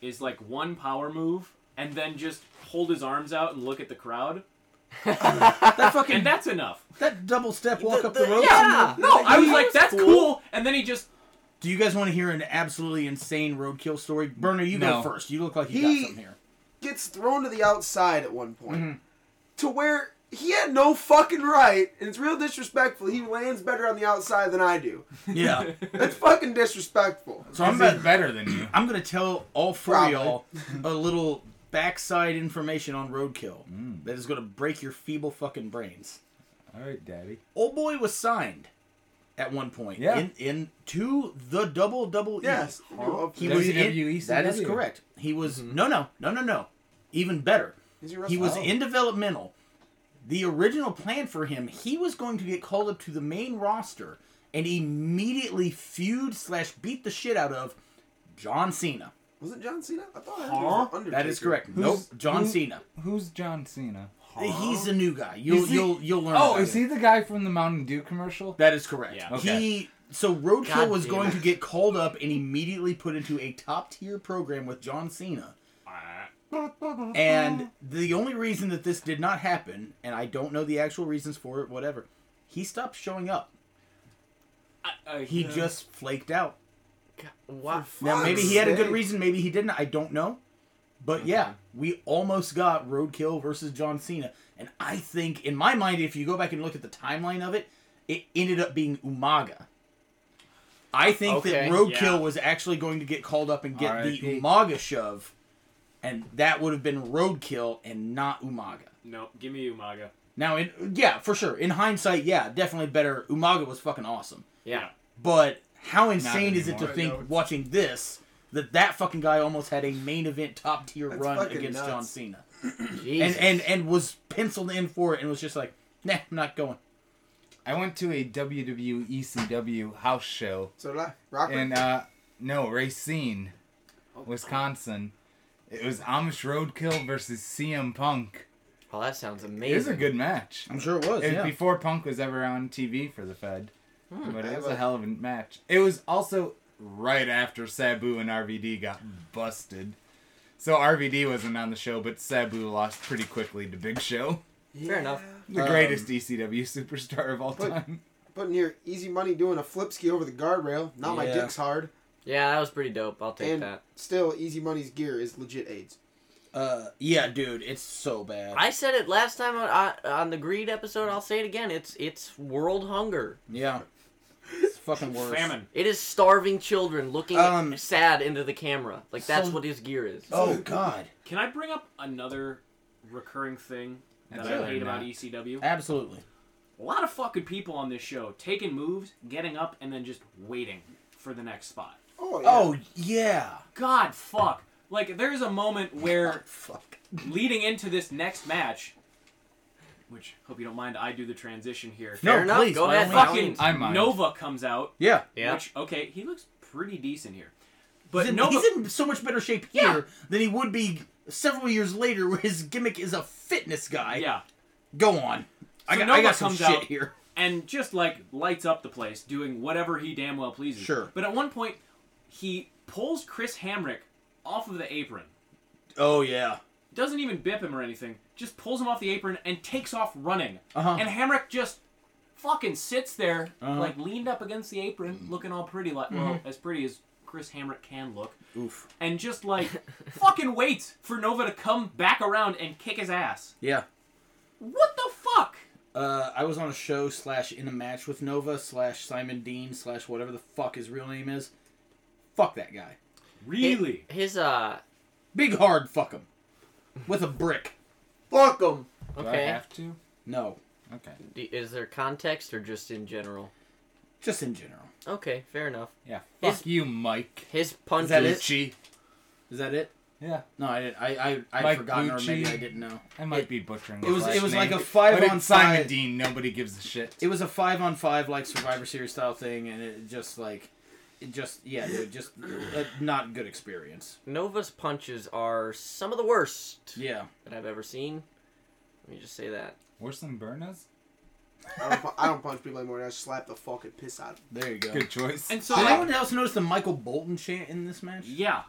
E: is like one power move and then just hold his arms out and look at the crowd,
C: that fucking
E: and
C: that,
E: that's enough.
C: double step walk
B: The-
C: up the
B: the-
C: road.
B: yeah.
E: No, I was like,
B: was
E: that's
B: cool.
E: cool. And then he just
C: Do you guys want to hear an absolutely insane Roadkill story? Burner, you
A: No.
C: go first. You look like you
D: He-
C: got something here.
D: Gets thrown to the outside at one point. To where he had no fucking right, and it's real disrespectful. He lands better on the outside than I do.
C: Yeah.
D: That's fucking disrespectful.
C: So I'm
A: This
C: about
A: is better than you.
C: I'm gonna tell all four of y'all a little backside information on Roadkill
A: Mm.
C: that is gonna break your feeble fucking brains.
A: All right, Daddy.
C: Old boy was signed at one point.
A: Yeah.
C: In, in to the double double E.
D: Yes.
C: He
A: That's
C: was
A: WWE
C: in, That is
A: CW.
C: correct. He was
A: Mm-hmm.
C: no no no no no. Even better.
D: Is he wrestling?
C: He was
A: Oh.
C: in developmental. The original plan for him, he was going to get called up to the main roster and immediately feud slash beat the shit out of John Cena.
D: Was it John Cena? I thought I heard it was The Undertaker.
C: That is correct.
A: Who's-
C: nope, John
A: who-
C: Cena.
A: Who's John Cena?
C: He's a new guy. You'll
A: Is he-
C: you'll you'll learn.
A: Oh,
C: about
A: is
C: him.
A: he the guy from the Mountain Dew commercial?
C: That is correct.
E: Yeah.
A: Okay.
C: He so Roadkill
B: God
C: was
B: damn
C: going
B: it.
C: to get called up and immediately put into a top tier program with John Cena.
E: uh,
C: And the only reason that this did not happen, and I don't know the actual reasons for it, whatever, he stopped showing up.
E: uh,
C: He just flaked out.
B: Wha-
C: Now
D: Fuck's
C: maybe he had a good
D: sake.
C: reason, maybe he didn't. I don't know. But yeah, we almost got Roadkill versus John Cena, and I think in my mind, if you go back and look at the timeline of it, it ended up being Umaga. I think
B: Okay,
C: that Roadkill
E: yeah.
C: was actually going to get called up and get the
A: RIP.
C: Umaga shove, and that would have been Roadkill and not Umaga.
E: no. Give me Umaga.
C: Now, in, yeah, for sure. In hindsight, yeah, definitely better. Umaga was fucking awesome.
B: yeah.
C: But how insane is it to
A: anymore.
C: think
D: No, it's-
C: watching this that that fucking guy almost had a main event top tier
D: That's
C: run
D: fucking
C: against
D: nuts.
C: John Cena and,
B: Jesus.
C: and and was penciled in for it and was just like nah I'm not going
A: I went to a WWE CW house show
D: So did I. Rocker.
A: in uh no Racine, Wisconsin. It was Amish Roadkill versus CM Punk.
B: well, that sounds
A: It
B: amazing.
A: was a good match.
C: I'm sure it was
A: It was
C: yeah
A: before Punk was ever on TV for the Fed.
C: Hmm.
A: But
D: I
A: it was
D: have
A: a
D: a-
A: hell of a match. It was also right after Sabu and RVD got busted. So RVD wasn't on the show, but Sabu lost pretty quickly to Big Show.
B: Fair enough.
A: The
C: Um,
A: greatest ECW superstar of all
D: but-
A: time.
D: Putting your easy money doing a flip ski over the guardrail. Now my
C: Yeah.
D: dick's hard.
B: Yeah, that was pretty dope. I'll take
D: and
B: that.
D: still, easy money's gear is legit AIDS.
C: uh, yeah dude it's so bad
B: I said it last time on, on, on the greed episode. I'll say it again. It's it's world hunger.
C: yeah it's fucking worse
E: Famine.
B: It is starving children looking
C: Um,
B: sad into the camera. Like that's
C: so-
B: what his gear is.
C: oh god
E: Can I bring up another recurring thing that I
A: Absolutely
E: hate about
A: not.
E: ECW?
C: absolutely
E: A lot of fucking people on this show taking moves, getting up, and then just waiting for the next spot.
D: Oh, yeah.
C: Oh yeah.
E: God, fuck. Like, there's a moment where,
C: Fuck.
E: leading into this next match, which, hope you don't mind, I do the transition here.
C: No,
B: Fair enough,
C: please.
B: go
C: by
B: ahead.
C: all means.
E: Fucking
A: I mind.
E: Nova comes out.
C: Yeah.
B: Yeah.
E: Which, okay, he looks pretty decent here.
C: But
E: But
C: he's in,
E: Nova.
C: he's in so much better shape here
E: Yeah.
C: than he would be several years later, where his gimmick is a fitness guy.
E: yeah.
C: Go on. I
E: So
C: got, I
E: Nova
C: got some
E: comes
C: shit
E: out-
C: here.
E: and just like lights up the place, doing whatever he damn well pleases.
C: Sure.
E: But at one point, he pulls Chris Hamrick off of the apron.
C: Oh yeah.
E: Doesn't even bip him or anything. Just pulls him off the apron and takes off running.
C: Uh-huh.
E: And Hamrick just fucking sits there,
C: Uh-huh. Mm.
E: like leaned up against the apron, looking all pretty, like well, as pretty as Chris Hamrick can look,
C: Oof.
E: and just like fucking waits for Nova to come back around and kick his ass.
C: Yeah.
E: What the fuck?
C: Uh, I was on a show slash in a match with Nova slash Simon Dean slash whatever the fuck his real name is. Fuck that guy.
E: Really?
B: His uh
C: Big hard fuck him. With a brick.
D: fuck them.
A: Do I
B: okay.
A: have to?
C: No.
A: Okay.
B: D- Is there context or just in general?
C: Just in general.
B: Okay, fair enough.
A: Yeah. Fuck
B: Is-
A: you, Mike.
B: His punches.
C: that it?
A: Gucci.
C: Is that it?
A: Yeah.
C: No, I didn't. I I I
A: Mike
C: forgotten or maybe
A: Bucci.
C: I didn't know.
A: I might
C: It-
A: be butchering.
C: it
A: his
C: was-
A: last
C: it was like
A: name.
C: a five
A: but
C: on
A: it's Simon
C: five.
A: Dean. Nobody gives a shit.
C: It was a five on five like Survivor Series style thing, and it just like, it just yeah, dude, just a not good experience.
B: Nova's punches are some of the worst
C: Yeah.
B: that I've ever seen. Let me just say that.
A: Worse than Berna's.
D: I don't, pu- I don't punch people anymore. I just slap the fucking piss out of them.
C: There you go.
A: Good choice.
E: And so,
C: Did
E: like,
C: anyone else notice the Michael Bolton chant in this match?
E: yeah.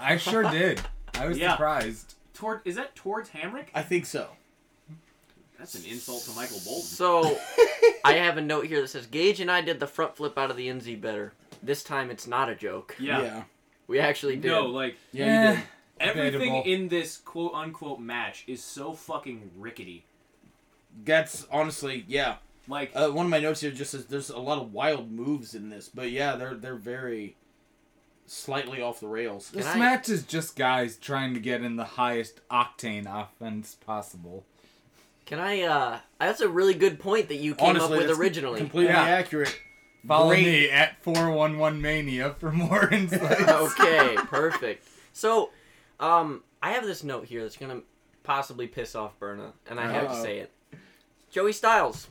A: I sure did. I was
E: Yeah.
A: surprised.
E: Toward is that towards Hamrick?
C: I think so.
E: That's an insult to Michael Bolton.
B: So, I have a note here that says Gage and I did the front flip out of the NZ better. This time it's not a joke.
E: Yeah.
C: Yeah.
B: We actually did.
E: No, like
C: Yeah,
A: Eh,
C: you did.
E: everything
A: Debatable.
E: in this quote unquote match is so fucking rickety.
C: That's honestly, yeah.
E: Like
C: Uh, one of my notes here just says there's a lot of wild moves in this, but yeah, they're they're very slightly off the rails.
A: This
B: I-
A: match is just guys trying to get in the highest octane offense possible.
B: Can I uh that's a really good point that you came
C: honestly,
B: up with
C: that's
B: originally.
C: completely
A: Yeah.
C: accurate.
A: Follow
C: Great.
A: me at 411 Mania for more insight.
B: okay, perfect. So, um, I have this note here that's gonna possibly piss off Berna, and I have to
C: Uh-oh.
B: say it. Joey Styles.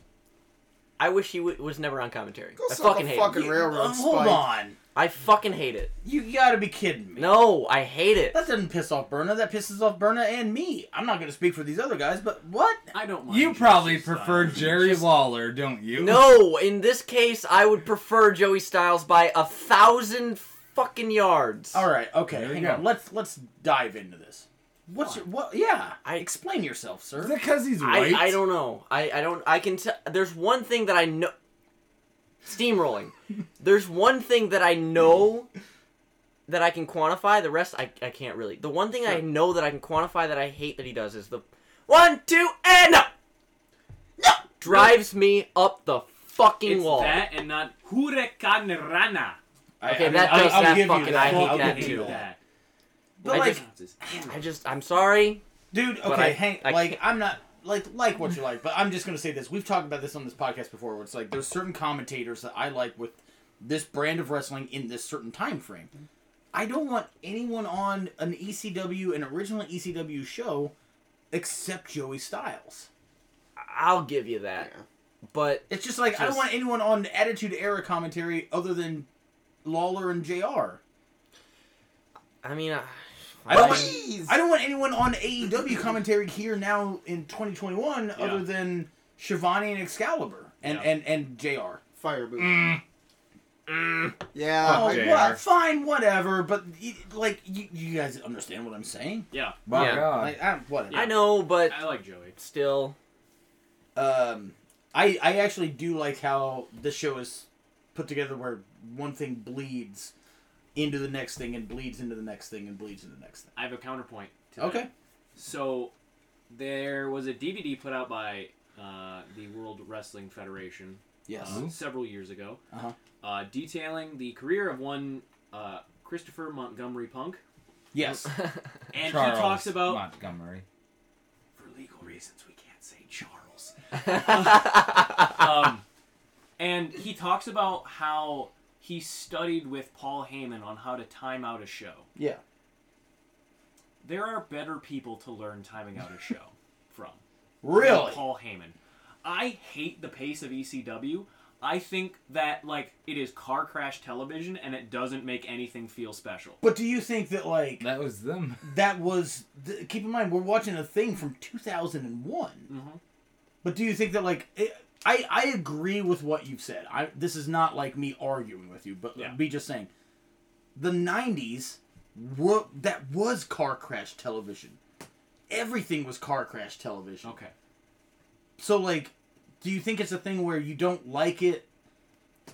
B: I wish he w- was never on commentary.
D: Go
B: I
D: suck
B: fucking
D: a
B: hate
D: fucking
B: it.
D: railroad
C: Um, hold
D: spike.
C: on,
B: I fucking hate it.
C: you gotta be kidding me.
B: No, I hate it.
C: That doesn't piss off Berna. That pisses off Berna and me. I'm not gonna speak for these other guys, but what?
E: I don't mind.
A: You
E: Josh
A: probably
E: Stein.
A: prefer Jerry Lawler, don't you?
B: No, in this case, I would prefer Joey Styles by a thousand fucking yards.
C: All right, okay,
A: There you
C: hang
A: go.
C: on. Let's let's dive into this. What's your, what? Yeah,
B: I-
C: explain yourself, sir.
A: Is it because he's
B: I,
A: white?
B: I don't know. I, I don't. I can tell. There's one thing that I know. Steamrolling. There's one thing that I know that I can quantify. The rest I, I can't really. The one thing I know that I can quantify that I hate that he does is the one, two, and no! No! Drives me up the fucking
E: It's
B: wall.
E: that and not Hurricane Rana.
C: I-
B: okay,
C: I mean,
B: that
C: I'll-
B: does-
C: I'll
B: that
C: give you
B: fucking- I hate
C: I'll
B: that
C: give you
B: too.
C: But
B: I
C: like,
B: I just. I'm sorry.
C: dude,
B: but
C: okay,
B: I-
C: hang.
B: I
C: like,
B: can't-
C: I'm not like like what you like, but I'm just gonna say this. We've talked about this on this podcast before. Where it's like there's certain commentators that I like with this brand of wrestling in this certain time frame. I don't want anyone on an ECW, an original ECW show, except Joey Styles.
B: I'll give you that.
D: Yeah.
B: But
C: It's just like I don't
B: Just-
C: want anyone on Attitude Era commentary other than Lawler and Jr.
B: I mean, I,
C: I don't, want,
D: Jeez.
C: I don't want anyone on AEW commentary here now in 2021 other
E: Yeah.
C: than Shivani and Excalibur and
E: Yeah.
C: and and Jr.
D: Fire boot.
A: Mm.
D: Yeah.
C: Oh,
D: I-
A: Jr.
C: what? Fine, whatever. But y- like, you, you guys understand what I'm saying?
E: Yeah,
A: My
B: Yeah.
A: God.
C: Like, I'm, whatever.
B: I know, but
E: I like Joey.
B: still.
C: um, I I actually do like how this show is put together, where one thing bleeds into the next thing, and bleeds into the next thing, and bleeds into the next thing.
E: I have a counterpoint. To that.
C: Okay.
E: So there was a DVD put out by uh, the World Wrestling Federation
C: Yes.
E: uh, several years ago,
C: Uh-huh.
E: uh, detailing the career of one uh, Christopher Montgomery Punk,
C: Yes.
E: and
A: Charles
E: he talks about
A: Montgomery.
E: for legal reasons we can't say Charles. um, and he talks about how he studied with Paul Heyman on how to time out a show.
D: Yeah.
E: There are better people to learn timing out a show from.
C: Really?
E: Paul Heyman. I hate the pace of ECW. I think that like it is car crash television and it doesn't make anything feel special.
C: But do you think that like
A: That was them.
C: that was? Th- keep in mind, we're watching a thing from two
E: Mm-hmm.
C: But do you think that like it, I I agree with what you've said. I this is not like me arguing with you, but
E: Yeah.
C: be just saying the '90s were that was car crash television. Everything was car crash television.
E: Okay.
C: So like, do you think it's a thing where you don't like it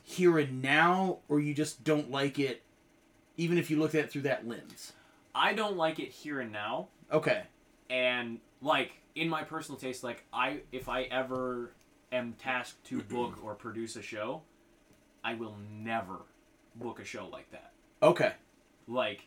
C: here and now, or you just don't like it, even if you looked at it through that lens?
E: I don't like it here and now
C: Okay.
E: and like in my personal taste like I if I ever am tasked to book or produce a show, I will never book a show like that.
C: Okay.
E: like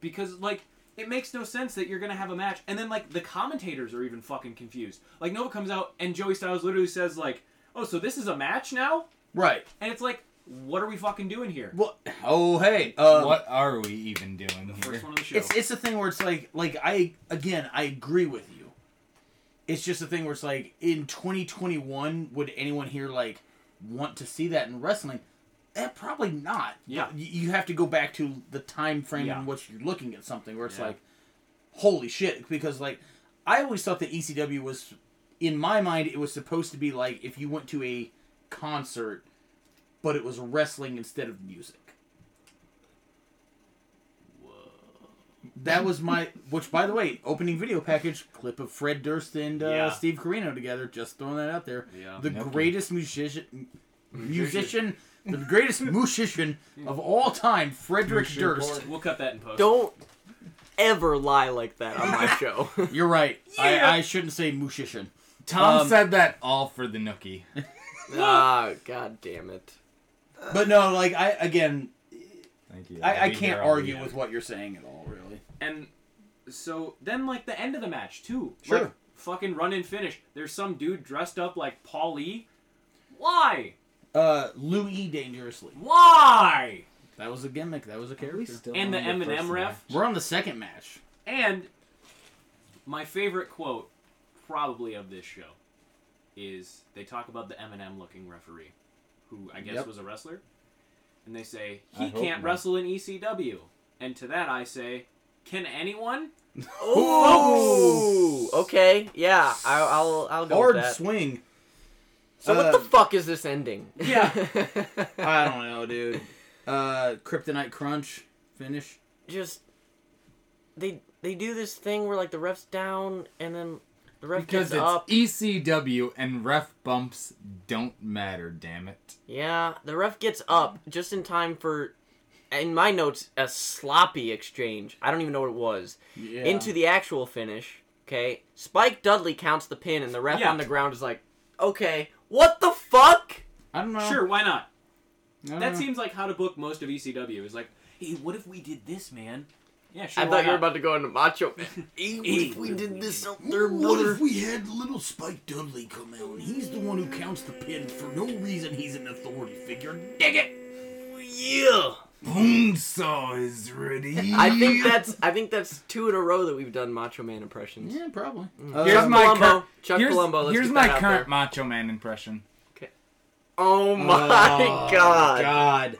E: because like it makes no sense that you're gonna have a match and then like the commentators are even fucking confused like nova comes out and joey styles literally says like oh so this is a match now
C: Right.
E: and it's like what are we fucking doing here
C: Well. Oh hey. Um,
A: what are we even doing here?
E: first one of the show
C: It's it's a thing where it's like like I again I agree with you. It's just a thing where it's like in 2021 would anyone here like want to see that in wrestling? Eh, probably not.
E: Yeah.
C: Y- you have to go back to the time frame
E: Yeah.
C: in which you're looking at something where it's
E: Yeah.
C: like, holy shit! Because like I always thought that ECW was in my mind it was supposed to be like if you went to a concert, but it was wrestling instead of music. That was my, which by the way, opening video package clip of Fred Durst and uh,
E: Yeah.
C: Steve Carino together. Just throwing that out there.
E: Yeah.
C: The
A: Nope.
C: greatest musician, musician, the greatest musician of all time, Frederick Durst.
E: we'll cut that in post
B: Don't ever lie like that on my show.
C: You're right.
E: Yeah.
C: I, I shouldn't say musician.
A: Tom
C: Um,
A: said that all for the nookie.
B: ah, god damn it.
C: But no, like I again,
A: Thank you.
C: I,
A: I'll
C: I
A: be
C: can't
A: here all
C: argue
A: weekend.
C: with what you're saying at all, really.
E: and so then like the end of the match too like
C: Sure.
E: fucking run and finish there's some dude dressed up like paul lee why
C: Uh, Louis dangerously.
E: why
C: That was a gimmick. That was a
A: Are we
C: character.
A: still
E: and the
A: on first
E: eminem
A: match?
E: ref
C: We're on the second match.
E: And my favorite quote, probably of this show, is they talk about the Eminem looking referee, who I guess
C: Yep.
E: was a wrestler. And they say,
A: I
E: he
A: hope
E: can't
A: not.
E: wrestle in ECW. And to that I say, can anyone?
B: Oh, okay, yeah, I, I'll I'll go with
C: Hard
B: that.
C: swing.
B: so what the
C: Um,
B: fuck is this ending?
E: Yeah.
C: I don't know, dude. Uh, Kryptonite Crunch finish.
B: just they they do this thing where like the ref's down and then the ref
A: Because
B: gets
A: it's
B: up.
A: ECW and ref bumps don't matter, damn it.
B: Yeah, the ref gets up just in time for, in my notes, a sloppy exchange. I don't even know what it was.
C: Yeah.
B: Into the actual finish. Okay, Spike Dudley counts the pin, and the ref
E: Yeah.
B: on the ground is like, "Okay, what the fuck?"
C: I
A: Uh-huh.
C: don't know.
E: sure, why not?
C: I don't
E: That
C: know.
E: seems like how to book most of ECW. Is like, hey, what if we did this, man? Yeah, sure.
B: I
E: why
B: thought you were
E: not?
B: about to go into Macho Man.
C: if
B: we did this out there,
C: What
B: brother.
C: if we had little Spike Dudley come out? and He's the one who counts the pin for no reason. He's an authority figure. Dig it.
B: Yeah.
A: Bonesaw is ready.
B: I think that's I think that's two in a row that we've done Macho Man impressions.
C: Yeah, probably.
A: Here's
B: Chuck
A: my
B: Palumbo.
A: cur-
B: Chuck
A: here's,
B: Palumbo, let's
A: here's
B: get
A: my
B: that out
A: current
B: there.
A: Macho Man impression.
B: Oh my god.
C: God.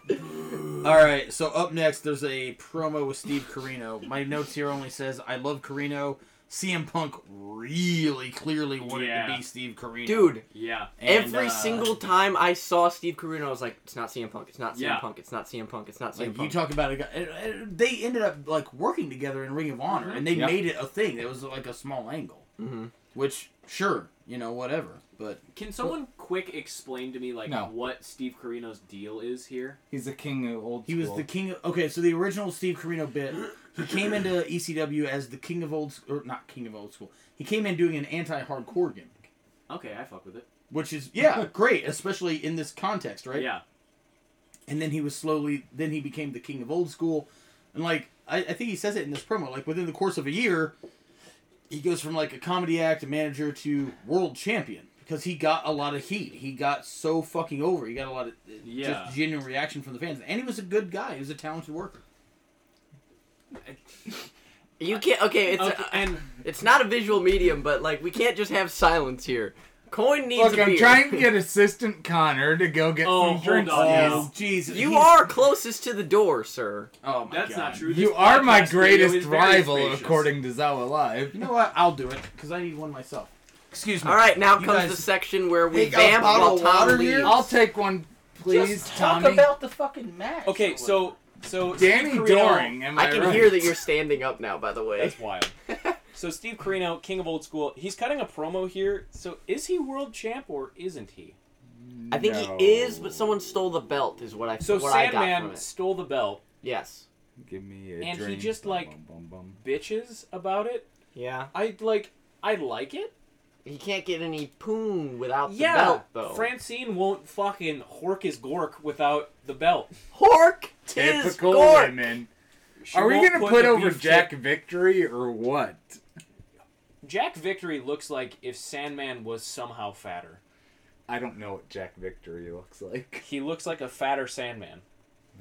C: All right. So up next, there's a promo with Steve Carino. My notes here only says I love Carino. CM Punk really clearly wanted
E: Yeah.
C: to be Steve Carino.
B: Dude,
E: Yeah.
C: And,
B: every
C: uh,
B: single time I saw Steve Carino, I was like, it's not CM Punk, it's not CM
E: Yeah.
B: Punk, it's not CM Punk, it's not CM
C: Like you
B: Punk.
C: talk about a guy, it- it- they ended up like working together in Ring of Honor, and they
B: Mhm.
A: Yep.
C: made it a thing. It was like a small angle,
B: Mm-hmm.
C: which sure, you know, whatever. But
E: Can someone quick explain to me like
A: No.
E: what Steve Carino's deal is here?
A: He's the king of old
C: he was
A: school.
C: the king. of... Okay, so the original Steve Carino bit, he came into ECW as the king of old, sc- or not king of old school. He came in doing an anti-hardcore gimmick,
E: Okay, I fuck with it.
C: which is yeah, great, especially in this context, right?
E: Yeah.
C: and then he was slowly then he became the king of old school and like I, I think he says it in this promo like within the course of a year he goes from like a comedy act a manager to world champion because he got a lot of heat. He got so fucking over. He got a lot of uh,
E: Yeah.
C: just genuine reaction from the fans, and he was a good guy. He was a talented worker.
B: You can't. Okay, it's uh,
E: Okay, and
B: it's not a visual medium, but like we can't just have silence here. Coin needs
A: Look,
B: a
A: I'm
B: beer.
A: trying to get assistant Connor to go get
E: Oh,
A: some
E: hold
A: drinks.
E: on.
A: to
E: Oh.
A: you.
C: Jesus,
B: You
C: he's-
B: are closest to the door, sir.
C: Oh my
E: that's
C: God.
E: not true.
A: You
E: This
A: are my
E: podcast studio is
A: greatest
E: very
A: rival,
E: spacious.
A: according to Zawa Live.
C: You know what? I'll do it because I need one myself. Excuse me.
B: All right, now
C: You
B: comes
C: guys-
B: the section where we
D: Hey, got a
B: vamp
D: bottle
B: while
D: of
B: Tom
D: water
B: leaves.
D: here?
A: I'll take one, please,
C: Just talk
A: Tommy.
C: about the fucking match.
E: Okay, so so
A: Danny
E: Steve Carino-
A: Doring. Am I,
B: I can
A: right?
B: hear that you're standing up now. By the way,
E: That's wild. so Steve Carino, King of Old School, he's cutting a promo here. So is he world champ or isn't he?
B: I think
A: No.
B: he is, but someone stole the belt. Is what I
E: So
B: what I got from
E: Sandman
B: it.
E: stole the belt.
B: Yes.
A: Give me a
E: And he
A: drink.
E: just,
A: Bum,
E: like-
A: bum, bum, bum.
E: Bitches about it.
B: Yeah.
E: I like. I like it.
B: He can't get any poon without the
E: yeah.
B: belt though.
E: Francine won't fucking hork his gork without the belt.
B: Hork tis
A: Typical
B: gork.
A: women.
E: She
A: Are we
E: won't
A: gonna put,
E: the
A: over
E: beefcake-
A: Jack Victory or what?
E: Jack Victory looks like if Sandman was somehow fatter.
A: I don't know what Jack Victory looks like.
E: He looks like a fatter Sandman.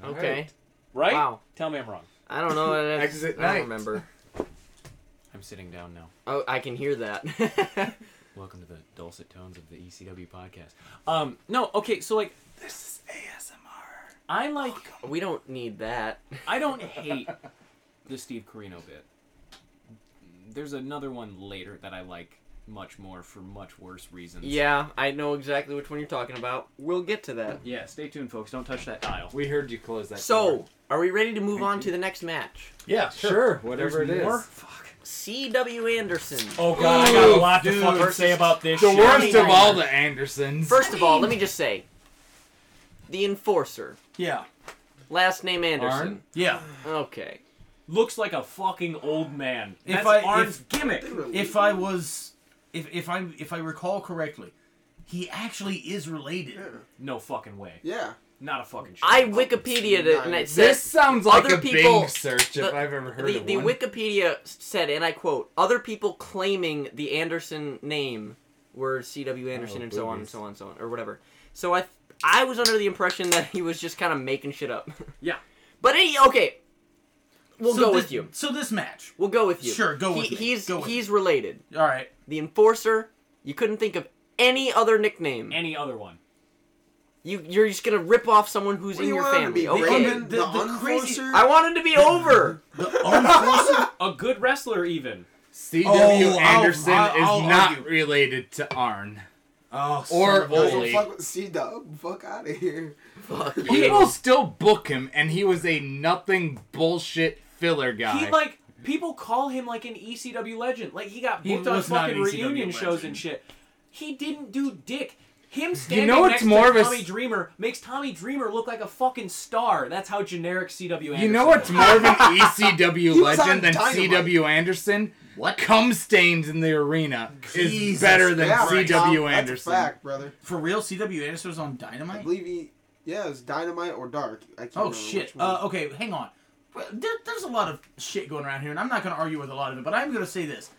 B: Okay.
E: Right?
B: Wow.
E: Tell me I'm wrong.
B: I don't know. What it is.
A: Exit
B: I don't
A: night.
B: remember.
E: I'm sitting down now.
B: Oh, I can hear that.
E: Welcome to the dulcet tones of the ECW podcast. Um, no, okay, so like
A: This is ASMR.
E: I like
B: we don't need that.
E: I don't hate the Steve Carino bit. There's another one later that I like much more for much worse reasons.
B: Yeah, I know exactly which one you're talking about. We'll get to that.
E: Yeah, stay tuned folks. Don't touch that dial.
A: We heard you close that.
B: So,
A: door.
B: are we ready to move on to the next match?
C: Yeah,
A: sure, whatever
E: There's
A: it is.
E: more? Fuck.
B: C.W. Anderson.
E: Oh god, I got a lot
C: Dude.
E: to fucking say about this
A: The
E: shit.
A: worst of
B: Johnny
A: all
B: Nightmare.
A: the Andersons.
B: First of all, let me just say the enforcer,
C: Yeah.
B: last name Anderson.
C: Yeah.
B: Okay.
E: Looks like a fucking old man.
C: If
E: That's
C: I-
E: Arn's
C: if-
E: gimmick.
C: If I was, if if I if I recall correctly, he actually is related.
E: No fucking way.
D: Yeah.
E: Not a fucking chance.
B: I Wikipedia it and it says
A: this sounds like
B: other
A: a
B: people-
A: Bing search if
B: the-
A: I've ever heard
B: the,
A: of
B: the
A: one.
B: Wikipedia said, and I quote, other people claiming the Anderson name were C.W. Anderson
A: Oh,
B: and so on and
A: boobies.
B: so on and so on, or whatever. So I, I was under the impression that he was just kind of making shit up.
E: Yeah.
B: But he, okay, we'll
C: So
B: go
C: this-
B: with you.
C: So this match.
B: We'll go with you.
C: Sure, go
B: He-
C: with me.
B: He's
C: Go with
B: he's related.
C: All right.
B: The enforcer. You couldn't think of any other nickname.
E: Any other one.
B: You you're just gonna rip off someone who's
D: What
B: in
D: do you
B: your
D: want him
B: family.
D: to be?
B: Okay.
D: Raven?
C: The- Oh,
D: The,
C: the crazy-
D: unforcer?
B: I wanted to be over.
C: The unforced-
E: A good wrestler even.
A: C.W.
C: Oh, I'll-
A: Anderson
C: I'll- I'll
A: is not
C: argue.
A: related to Arn.
C: oh, son
A: Or
C: of a-
D: Doesn't
A: Oli.
D: Fuck with C Dub. Fuck out of here.
B: Fuck
A: People
B: you.
A: still book him, and he was a nothing bullshit filler guy.
E: He like people call him like an ECW legend. Like he got
C: He
E: booked on
C: was not
A: E
E: fucking
C: an ECW
E: reunion shows
C: legend.
E: and shit. He didn't do dick. Him standing
A: know what's
E: next
A: more of
E: to
A: a
E: Tommy
A: s-
E: Dreamer makes Tommy Dreamer look like a fucking star. That's how generic CW Anderson.
A: you know what's
E: is.
A: more of an ECW
D: He was on
A: legend than
D: Dynamite.
A: C.W. Anderson?
C: What?
A: Cum stains in the arena is
C: Jesus
A: better than
D: Yeah,
A: C.W.
D: Tom,
A: Anderson.
D: That's a fact, brother.
C: For real, CW Anderson was on
D: I
C: Dynamite.
D: believe he. Yeah, it was Dynamite or Dark. I can't
C: Oh
D: remember
C: shit.
D: which one.
C: Uh, okay, hang on. Well, There, there's a lot of shit going around here, and I'm not going to argue with a lot of it, but I'm going to say this: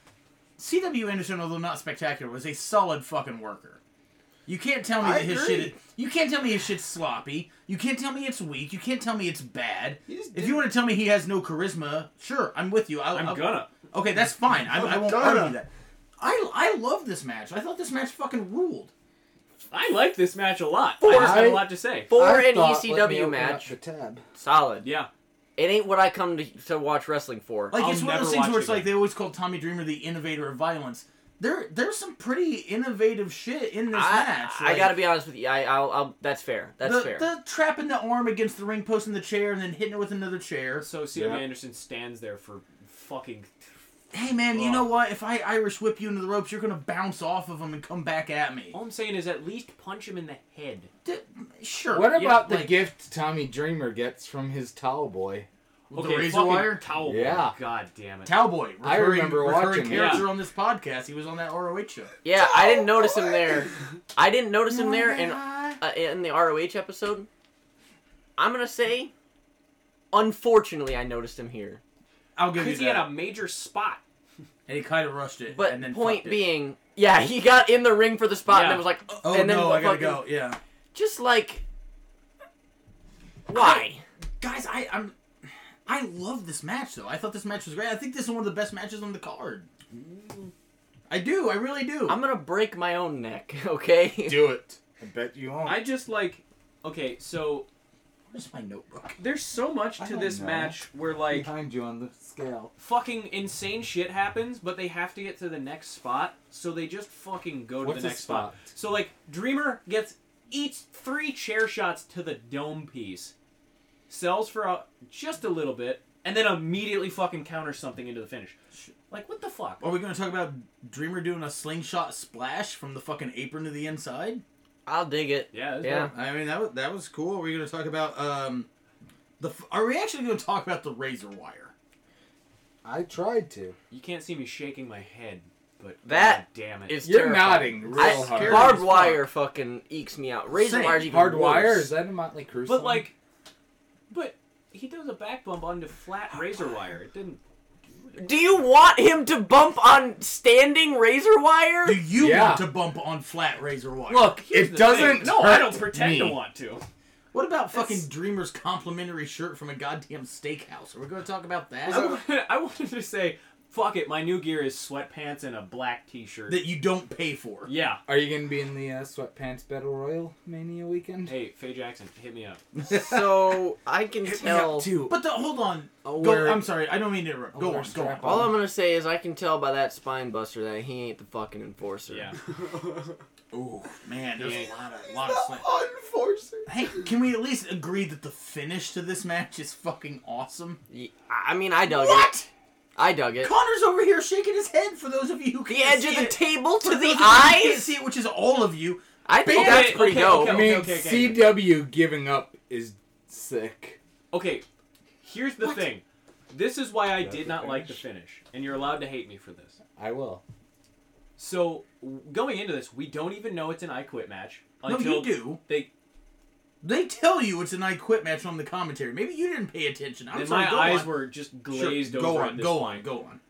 C: C.W. Anderson, although not spectacular, was a solid fucking worker. You can't tell me
D: I
C: that his
D: agree.
C: shit. You can't tell me his shit's sloppy. You can't tell me it's weak. You can't tell me it's bad.
D: He just
C: If
D: did-
C: you want to tell me he has no charisma, sure, I'm with you. I,
E: I'm
C: I-
E: gonna.
C: Okay, that's fine. I, I won't
D: Madonna.
C: argue that. I I love this match. I thought this match fucking ruled.
E: I like this match a lot. I just have
A: I-
E: a lot to say.
B: For an
E: E
B: ECW E match, solid.
E: Yeah.
B: It ain't what I come to, to watch wrestling for.
C: Like
E: I'll
C: it's one of those
E: never
C: things
E: watch
C: where it's
E: again.
C: like they always call Tommy Dreamer the innovator of violence. There there's some pretty innovative shit in this
B: I,
C: match.
B: I
C: like,
B: gotta be honest with you. I, I'll, I'll. That's fair. That's
C: the,
B: fair.
C: the trapping the arm against the ring post in the chair and then hitting it with another chair.
E: So CW
A: Yeah.
E: Anderson stands there for fucking
C: Hey man, you
E: Ugh.
C: know what? If I Irish whip you into the ropes, you're gonna bounce off of them and come back at me.
E: all I'm saying is at least punch him in the head.
C: D- sure.
A: What
E: Yeah,
A: about the
C: like-
A: gift Tommy Dreamer gets from his towel boy?
C: With the
E: okay,
C: razor
E: fucking
C: wire?
E: towel.
A: Yeah.
E: God damn it.
C: Cowboy?
A: I
C: recurring-
A: remember
C: recurring
A: watching it.
C: character
E: Yeah.
C: on this podcast. He was on that ROH show.
B: yeah, I didn't notice him there. I didn't notice him there, and
C: I
B: uh, in the ROH episode. I'm gonna say, unfortunately, I noticed him here.
C: I'll give you
E: Because
C: that.
E: he had a major spot.
C: and he kind of rushed it.
B: But
C: and then
B: point
C: fucked it.
B: being, yeah, he got in the ring for the spot and
E: Yeah.
B: then was like, uh,
C: oh
B: and then
C: no, I gotta
B: fucking-
C: go. Yeah,
B: Just like, why?
C: guys, I I'm I love this match though. I thought this match was great. I think this is one of the best matches on the card. I do. I really do.
B: I'm gonna break my own neck, okay?
C: do it.
A: I bet you won't.
E: I just like okay, so
C: Where's my notebook?
E: there's so much
A: I
E: to
A: don't
E: this
A: know.
E: match where like
A: behind you on the scale.
E: fucking insane shit happens, but they have to get to the next spot, so they just fucking go to
A: What's
E: the
A: a
E: next spot? So like Dreamer gets eats three chair shots to the dome piece, sells for a, just a little bit, and then immediately fucking counters something into the finish. Like what the
A: Oh.
E: fuck?
C: Are we gonna talk about Dreamer doing a slingshot splash from the fucking apron to the inside?
B: I'll dig it.
E: Yeah, that's
B: Yeah.
E: dope.
C: I mean that was, that was cool. Are we gonna talk about um the? f- Are we actually gonna talk about the razor wire?
A: I tried to.
E: You can't see me shaking my head, but
B: That
E: God damn it.
B: It's
A: You're
B: terrifying.
A: nodding
B: I-
A: real hard.
C: scared
B: Barbed
C: as fuck.
B: wire fucking ekes me out. Razor
C: Same.
B: wire's even
A: Hard
B: worse.
A: wire? Is that a Motley Crue
E: But
A: song?
E: like, but he does a back bump onto flat razor wire. It didn't.
B: Do you want him to bump on standing razor wire?
C: Do you
A: Yeah.
C: want to bump on flat razor wire?
E: Look,
A: here's it the thing. doesn't
E: No, I don't
A: hurt
E: pretend to
A: me.
E: want to.
C: What about fucking Dreamer's complimentary shirt from a goddamn steakhouse? Are we going to talk about that?
E: I wanted, I wanted to say, fuck it. My new gear is sweatpants and a black T-shirt.
C: that you don't pay for.
E: yeah.
A: Are you gonna be in the uh, sweatpants battle royal mania weekend?
E: Hey, Faye Jackson, hit me up.
B: so I can tell.
A: too.
C: But the, hold on.
E: Oh,
A: I'll
C: Go,
A: wear it.
C: I'm sorry. I don't mean to interrupt.
A: I'll
C: Go
A: wear
C: on.
A: a
C: Go
A: strap
C: on.
A: on.
B: All I'm gonna say is I can tell by that spine buster that he ain't the fucking enforcer.
E: Yeah.
C: Oh man, there's a
E: Yeah.
C: lot of lot of slam.
D: Unforced.
C: Hey, can we at least agree that the finish to this match is fucking awesome?
B: Ye- I I mean, I dug it.
C: What?
B: I dug it.
C: Connor's over here shaking his head. For those of you who
B: The
C: can't
B: edge of
C: see
B: the
C: it.
B: table to
C: For those
B: the
C: of you who can't
B: eyes.
C: see it, which is all of you.
B: I think
C: Okay,
B: that's pretty
E: okay,
B: dope.
A: I
E: okay,
A: mean,
E: okay, okay.
A: CW giving up is sick.
E: Okay. Here's the thing. This is why I
A: That's
E: did
A: the
E: not like the finish, and you're allowed to hate me for this.
A: I will.
E: So w- going into this, we don't even know it's an I Quit match
C: No, you
E: until
C: do.
E: they.
C: They tell you it's an I quit match on the commentary. Maybe you didn't pay attention. I'm
E: then
C: sorry.
E: my
C: go
E: eyes
C: on.
E: were just
C: Sure,
E: glazed
C: go
E: over.
C: on.
E: at this
C: go
E: point.
C: on. Go on.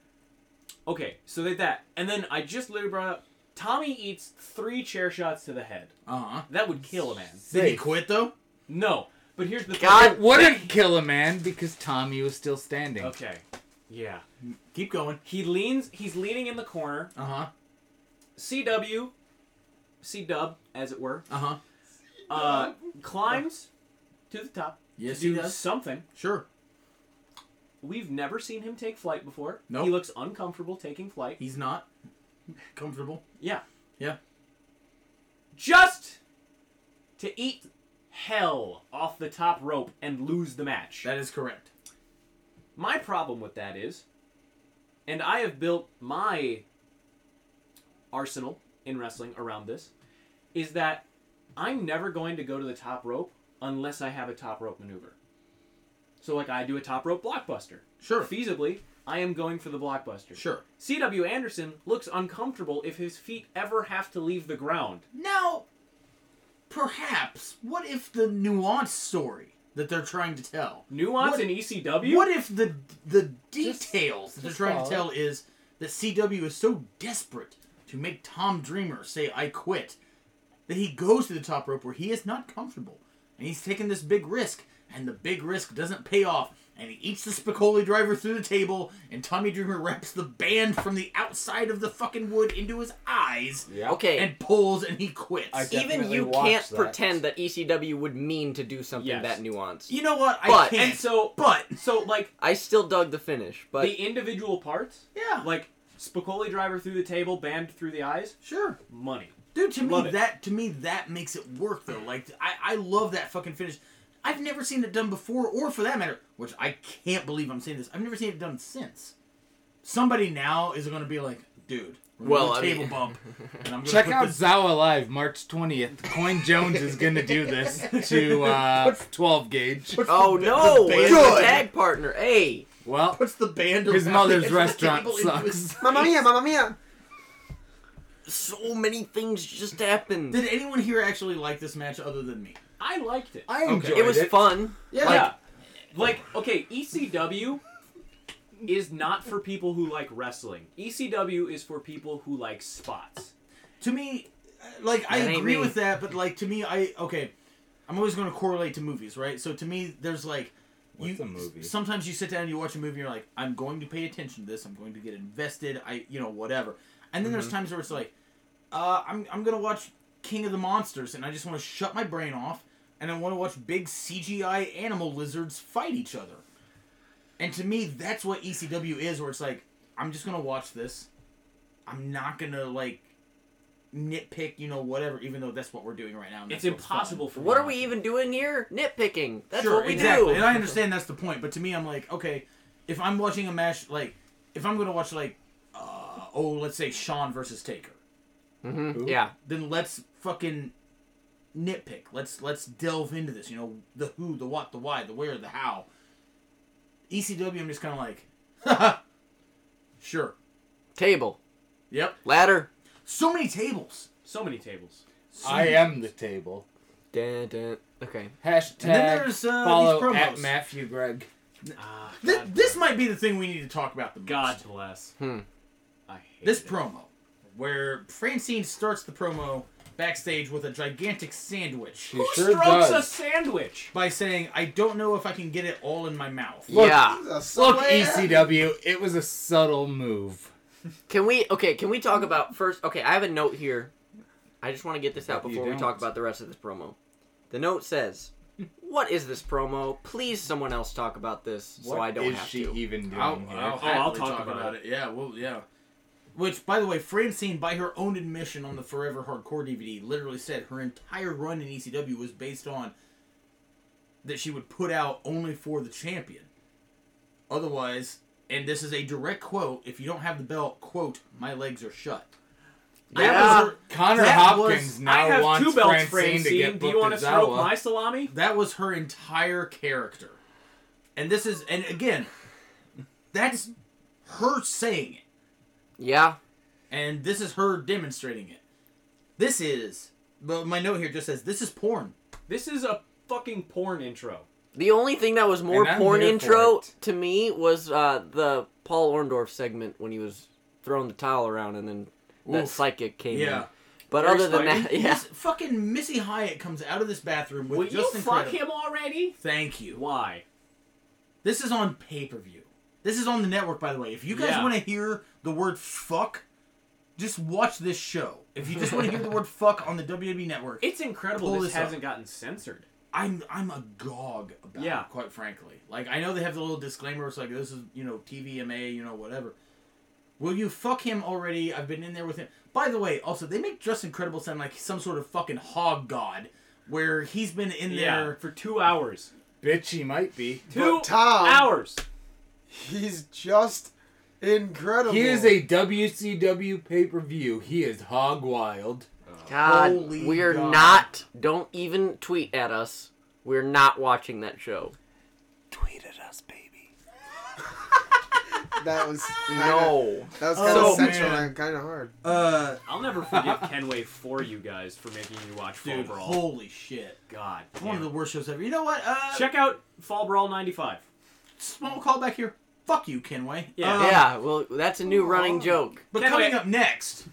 E: Okay, so they that, and then I just literally brought up Tommy eats three chair shots to the head.
C: Uh huh.
E: That would kill a man.
C: Did he
A: Safe.
C: quit though?
E: No, but here's the
B: God.
A: It wouldn't kill a man because Tommy was still standing.
E: thing. Okay, yeah,
C: Keep going.
E: he leans. He's leaning in the corner.
C: Uh huh.
E: CW, C Dub, as it were,
C: Uh huh.
E: uh, climbs to the top.
C: Yes,
E: to do
C: he does.
E: something.
C: Sure.
E: We've never seen him take flight before.
C: Nope.
E: he looks uncomfortable taking flight.
C: He's not comfortable.
E: Yeah.
C: Yeah.
E: Just to eat hell off the top rope and lose the match.
C: That is correct.
E: My problem with that is, and I have built my arsenal in wrestling around this, is that I'm never going to go to the top rope unless I have a top rope maneuver. So, like, I do a top rope blockbuster.
C: Sure.
E: Feasibly, I am going for the blockbuster.
C: Sure.
E: C.W. Anderson looks uncomfortable if his feet ever have to leave the ground.
C: Now, perhaps, what if the nuance story that they're trying to tell?
E: Nuance
C: What-
E: in E ECW?
C: What if the the details that they're
A: just
C: trying to
A: follow.
C: tell is that CW is so desperate to make Tom Dreamer say "I quit" that he goes to the top rope where he is not comfortable, and he's taking this big risk, and the big risk doesn't pay off, and he eats the Spicoli driver through the table, and Tommy Dreamer wraps the band from the outside of the fucking wood into his eyes,
A: Yeah.
B: Okay.
C: and pulls, and he quits.
A: I did-
B: Even
A: definitely
B: you
A: watch
B: can't
A: that.
B: pretend that ECW would mean to do something
E: Yes.
B: that nuanced.
C: you know what? I
B: But-
C: can't.
E: and so,
C: but
E: so like,
B: I still dug the finish, but
E: the individual parts,
C: yeah, like
E: like Spicoli driver through the table, band through the eyes,
C: sure.
E: money.
C: Dude, to
E: Love
C: me
E: it.
C: that to me that makes it work though. Like I, I love that fucking finish. I've never seen it done before, or for that matter, which I can't believe I'm saying this. I've never seen it done since. Somebody now is going to be like, dude, remember
B: Well,
C: the
B: I
C: table
B: mean-
C: bump. And I'm gonna
A: Check
C: put
A: out
C: this-
A: Zawa Live March 20th. Coin Jones is gonna do this to uh, 12 gauge.
B: oh no,
C: the
B: where's
C: band-
B: the tag partner. Hey,
A: Well,
C: puts the band
A: his
C: around the edge
A: mother's
C: of the
A: restaurant
C: table into his-
A: sucks.
D: Mamma mia, mamma mia.
B: so many things just happened.
C: Did anyone here actually like this match other than me?
E: I liked it.
A: I
C: Okay.
A: enjoyed
B: it was fun.
E: yeah. Like, okay, ECW E is not for people who like wrestling. ECW is for people who like spots.
C: to me, like I
B: That ain't
C: agree
B: me.
C: with that, but like to me, I okay. I'm always going to correlate to movies, right? So to me, there's like
A: What's
C: you,
A: a movie?
C: Sometimes you sit down and you watch a movie, and you're like, I'm going to pay attention to this. I'm going to get invested. I, you know, whatever. And then there's times where it's like, uh, I'm I'm gonna watch King of the Monsters, and I just want to shut my brain off, and I want to watch big CGI animal lizards fight each other. And to me, that's what ECW is, where it's like, I'm just gonna watch this. I'm not gonna like nitpick, you know, whatever. Even though that's what we're doing right now. and
E: It's
C: that's what's fun.
E: impossible for.
B: What
E: me
B: are we
E: not
B: even doing here? Nitpicking. That's
C: sure,
B: what we
C: exactly.
B: do.
C: And I understand that's the point, but to me, I'm like, okay, if I'm watching a match, like, if I'm gonna watch like, uh, oh, let's say Sean versus Taker,
B: yeah.
C: then let's fucking nitpick. Let's let's delve into this. You know, the who, the what, the why, the where, the how. ECW, I'm just kind of like, sure,
B: Table.
C: yep.
B: Ladder.
C: So many tables.
E: to. So many tables.
A: I am the table.
B: Dun, dun. Okay.
A: Hashtag
C: then there's, uh, these
A: follow
C: promos.
A: at Matthew Greg.
E: Ah,
C: Th-
E: God,
C: this might be the thing we need to talk about the most.
E: God bless.
B: Hmm.
E: I hate
C: this
E: it.
C: promo where Francine starts the promo backstage with a gigantic sandwich
E: Who
A: sure
E: strokes
A: does.
E: a sandwich?
C: by saying, "I don't know if I can get it all in my mouth."
A: Look,
B: yeah.
A: Look, ECW, it was a subtle move.
B: Can we? Okay. Can we talk about first? Okay. I have a note here. I just want to get this out
A: You
B: before we
A: don't.
B: talk about the rest of this promo. The note says, "What is this promo? Please, someone else talk about this, so
A: What
B: I don't
A: is
B: have
A: she
B: to."
A: even doing
C: I'll,
A: here?
C: I'll,
E: I'll
C: happily
E: talk
C: talk,
E: about
C: about, it. Yeah, well, yeah. Which, by the way, Francine, by her own admission on the Forever Hardcore DVD, literally said her entire run in ECW was based on that she would put out only for the champion. Otherwise, and this is a direct quote: "If you don't have the belt, quote, my legs are shut." That
B: Yeah.
C: was her-
A: Connor
C: that
A: Hopkins
C: was-
A: now
E: I have
A: wants
E: two belts,
A: Francine, to get
E: Do
A: booked
E: you want to
A: as
E: stroke
A: Zawa.
E: my salami?
C: That was her entire character. And this is, and again, that's her saying it.
B: Yeah.
C: And this is her demonstrating it. This is, but my note here just says, this is porn.
E: This is a fucking porn intro.
B: The only thing that was more
A: And I'm
B: porn
A: here for
B: intro
A: it.
B: to me was uh, the Paul Orndorff segment when he was throwing the towel around and then that
C: Oof.
B: psychic came in.
C: Yeah.
B: But
E: Very
B: other than that,
E: spicy.
B: yeah.
C: This fucking Missy Hyatt comes out of this bathroom with
E: Will you
C: just
E: fuck
C: incredible.
E: him already?
C: Thank you.
E: Why?
C: This is on pay per view. This is on the network, by the way. If you guys
E: Yeah.
C: want to hear the word fuck, just watch this show. If you just want to hear the word fuck on the WWE network,
E: It's incredible
C: Pull
E: this
C: this up.
E: hasn't gotten censored.
C: I'm I'm agog about
E: Yeah.
C: it, quite frankly. Like I know they have the little disclaimer, it's like this is you know TVMA, you know whatever. Will you fuck him already? I've been in there with him. By the way, also they make Justin Credible sound like some sort of fucking hog god, where he's been in
E: Yeah,
C: there.
E: for two hours.
A: Bitch, he might be.
E: Two
D: Tom-
E: hours.
D: He's just incredible.
A: He is a WCW pay per view. He is hog wild.
B: God,
C: Holy
B: we're
C: God.
B: not. Don't even tweet at us. We're not watching that show.
A: Tweet at us, baby.
D: That was kinda,
B: No.
D: That was kind of
C: Oh,
D: essential
C: man.
D: and kind of hard.
C: Uh,
E: I'll never forgive Kenway for you guys for making me watch Fall
C: dude,
E: Brawl.
C: holy shit!
E: God.
C: One of
E: damn.
C: the worst shows ever. You know what? Uh,
E: Check out Fall Brawl 95.
C: small callback here. Fuck you, Kenway.
E: Yeah.
C: Um,
B: yeah, well, that's a new running joke.
C: But
E: Kenway-
C: coming up next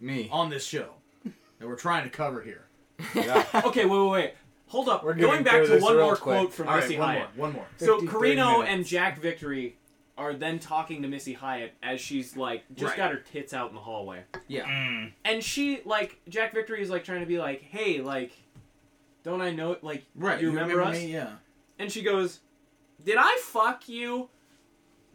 A: Me.
C: on this show that we're trying to cover here.
A: Yeah.
E: Okay, wait, wait, wait. Hold up.
A: We're
E: We're
A: getting
E: going back
A: through
E: to
A: this
E: one
A: real
E: more
A: quick.
E: quote from
C: All right,
E: Missy
C: one
E: Hyatt.
C: more, one more.
E: So
A: 53
E: Carino
A: minutes.
E: and Jack Victory are then talking to Missy Hyatt as she's like just
C: Right.
E: got her tits out in the hallway.
C: Yeah.
E: And she like Jack Victory is like trying to be like, "Hey, like don't I know like
C: Right.
E: you remember, us?"
C: me? Yeah.
E: And she goes, "Did I fuck you?